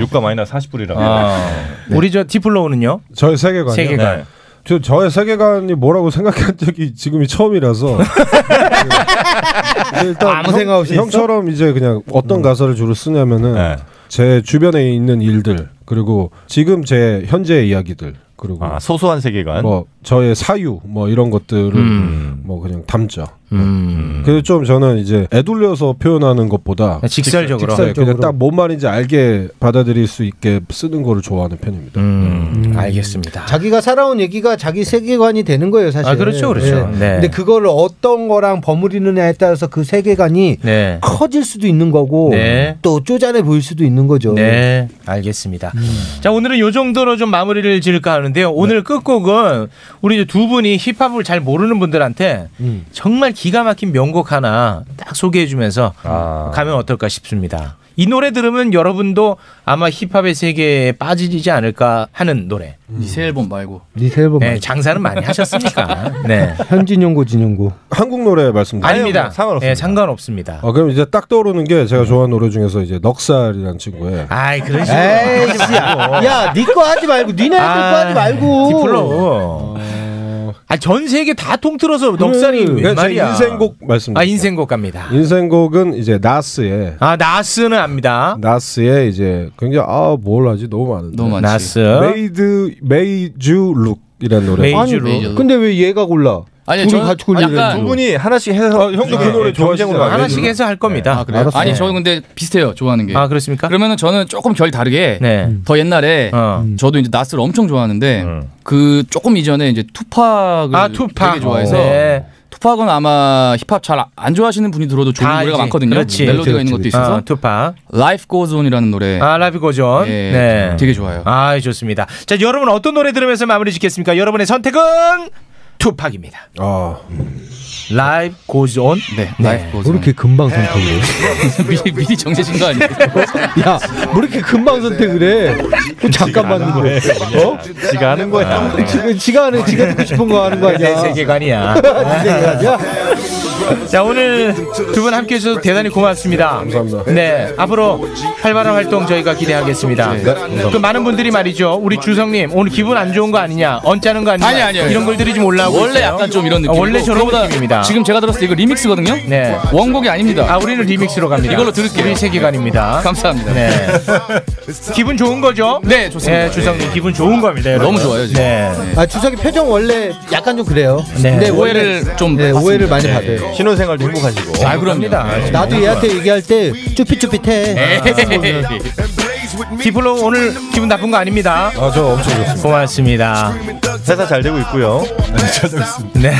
유가 마이너스 40불이라고.
아. 네.
우리 저 디플로우는요?
저의 세계관이요. 네.
세계관.
저 저의 세계관이 뭐라고 생각한 적이 지금이 처음이라서 네, 일단
아무 생각 없이
형처럼 이제 그냥 어떤 가사를 주로 쓰냐면은 제 주변에 있는 일들 그리고 지금 제 현재의 이야기들 그리고
소소한 세계관
뭐 저의 사유 뭐 이런 것들을
음.
뭐 그냥 담죠.
음. 아,
그래서 좀 저는 이제 애둘려서 표현하는 것보다
직설적으로.
네, 그냥 딱 뭔 말인지 알게 받아들일 수 있게 쓰는 거를 좋아하는 편입니다.
음. 알겠습니다.
음. 자기가 살아온 얘기가 자기 세계관이 되는 거예요, 사실.
아, 그렇죠, 그렇죠.
예.
네.
근데 그거를 어떤 거랑 버무리느냐에 따라서 그 세계관이
네.
커질 수도 있는 거고
네.
또 쪼잔해 보일 수도 있는 거죠. 음.
네, 알겠습니다. 자, 오늘은 요 정도로 좀 마무리를 지을까 하는데요. 오늘 끝곡은 우리 이제 두 분이 힙합을 잘 모르는 분들한테 정말 기가 막힌 명곡 하나 딱 소개해 주면서 가면 어떨까 싶습니다. 이 노래 들으면 여러분도 아마 힙합의 세계에 빠지지 않을까 하는 노래.
새 앨범 말고.
네 세번
네, 장사는 많이 하셨으니까. 네.
현진용고 진용고
한국 노래 말씀
아닙니다. 네, 상관없습니다. 상관없습니다.
어, 그럼 이제 딱 떠오르는 게 제가 좋아하는 노래 중에서 이제 넉살이라는 친구의
아이, 그런 식으로.
에이씨, 야, 네 거 하지 말고 니네 애들
아,
거 하지 말고.
디플로. 아, 전 세계 다 통틀어서 넉살이
그래,
웬
제
말이야.
인생곡 말씀드릴게요.
아, 인생곡 갑니다.
인생곡은 이제 나스의
아, 나스는 압니다.
나스의 이제 굉장히 아 뭘 하지 너무 많은데
너무 많지. 나스.
메이드 메이주 룩이라는 노래 뭐,
메이주 룩. 메이주 룩.
근데 왜 얘가 골라?
아니 저 약간
두 분이 하나씩 해서 아, 예. 형도
네.
하나씩 해서 할
예.
겁니다.
아니
네.
저는 근데 비슷해요 좋아하는 게.
아, 그렇습니까?
그러면은 저는 조금 결 다르게
네. 어.
더 옛날에 저도 이제 나스를 엄청 좋아하는데 그 조금 이전에 이제 투팍을
음. 아, 투팍.
되게 좋아해서
어, 네.
투팍은 아마 힙합 잘 안 좋아하시는 분이 들어도 좋은
다
노래가
알지.
많거든요.
예. 그렇지.
멜로디가
그렇지,
있는 것도
그렇지.
있어서
아, 투팍.
Life Goes On이라는 노래.
아, 라이브 고전.
네. 예,
네.
되게 좋아요.
아, 좋습니다. 자, 여러분 어떤 노래 들으면서 마무리 짓겠습니까? 여러분의 선택은 투팍입니다.
어.
아.
라이브 고전.
네.
네. 왜 이렇게 금방 선택을 해?
미리 미리 정해진 거 아니에요?
네. 야, 왜 이렇게 금방 선택을 해? 뭐 잠깐 받는 거야. 어? 뭐
지가 하는 거야.
지금 지가 하는 지가 듣고 싶은 거 하는 거 아니야?
내 세계관이야.
네 세계관이야.
자 오늘 두 분 함께 해주셔서 대단히 고맙습니다. 감사합니다. 네 앞으로 활발한 활동 저희가 기대하겠습니다.
네,
그 많은 분들이 말이죠. 우리 주성님 오늘 기분 안 좋은 거 아니냐? 언짢은 거 아니냐?
아니 아니요.
이런 글들이 좀 올라오고
원래
있어요.
약간 좀 이런
어,
느낌.
원래 저런 느낌입니다.
지금 제가 들었을 때 이거 리믹스거든요.
네.
원곡이 아닙니다.
아 우리는 리믹스로 갑니다.
이걸로 들을게요.
우리 세계관입니다.
감사합니다.
네. 기분 좋은 거죠?
네, 좋습니다.
네, 주성님 기분 좋은 겁니다. 여러분.
너무 좋아요, 지금.
네.
아 주석이 표정 원래 약간 좀 그래요.
네.
근데
오해를
원래-
좀
네, 오해를
받습니다.
많이
네.
받아요.
신혼생활도 행복하시고.
아, 그럼요.
네.
나도 얘한테 얘기할 때 쭈삣쭈삣해.
네.
디플로 오늘 기분 나쁜 거 아닙니다.
아, 저 엄청 좋습니다.
고맙습니다.
회사 잘 되고 있고요.
네.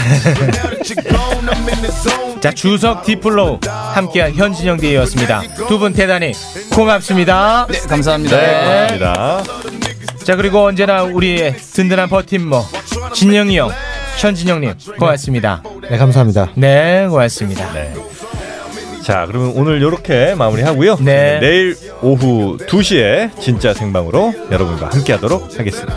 자 주석 디플로 함께한 현진영 대회였습니다. 두 분 대단히 고맙습니다. 네,
감사합니다.
네, 고맙습니다.
자 그리고 언제나 우리의 든든한 버팀목 뭐, 진영이 형, 현진영님 고맙습니다.
네 감사합니다.
네 고맙습니다.
자, 그러면 오늘 이렇게 마무리하고요.
네.
내일 오후 2시에 진짜 생방으로 여러분과 함께하도록 하겠습니다.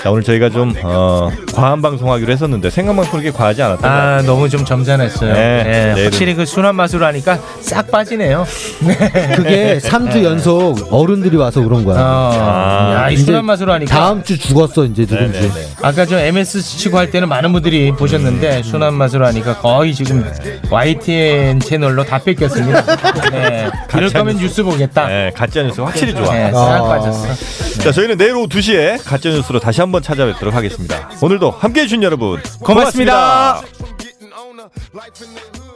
자, 오늘 저희가 좀 어, 과한 방송하기로 했었는데 생각만큼 그렇게 과하지 않았던 것
아 너무 좀 점잖았어요.
네,
네,
내일은-
확실히 그 순한 맛으로 하니까 싹 빠지네요. 네.
그게 3주 연속 어른들이 와서 그런 거야.
아, 야, 이
이제
순한 맛으로 하니까. 네,
다음 주 죽었어 이제
네,
누군지.
아까 저 MS 치고 할 때는 많은 분들이 보셨는데 순한 맛으로 하니까 거의 지금 YTN 채널로 다 뺏겼습니다. 네. 이럴 거면 뉴스 보겠다.
네, 가짜뉴스 확실히 좋아.
네, 싹 빠졌어.
자, 저희는 내일 오후 2시에 가짜뉴스로 다시 한번 찾아뵙도록 하겠습니다. 오늘도 함께 해주신 여러분,
고맙습니다.
고맙습니다.
Life in the hood.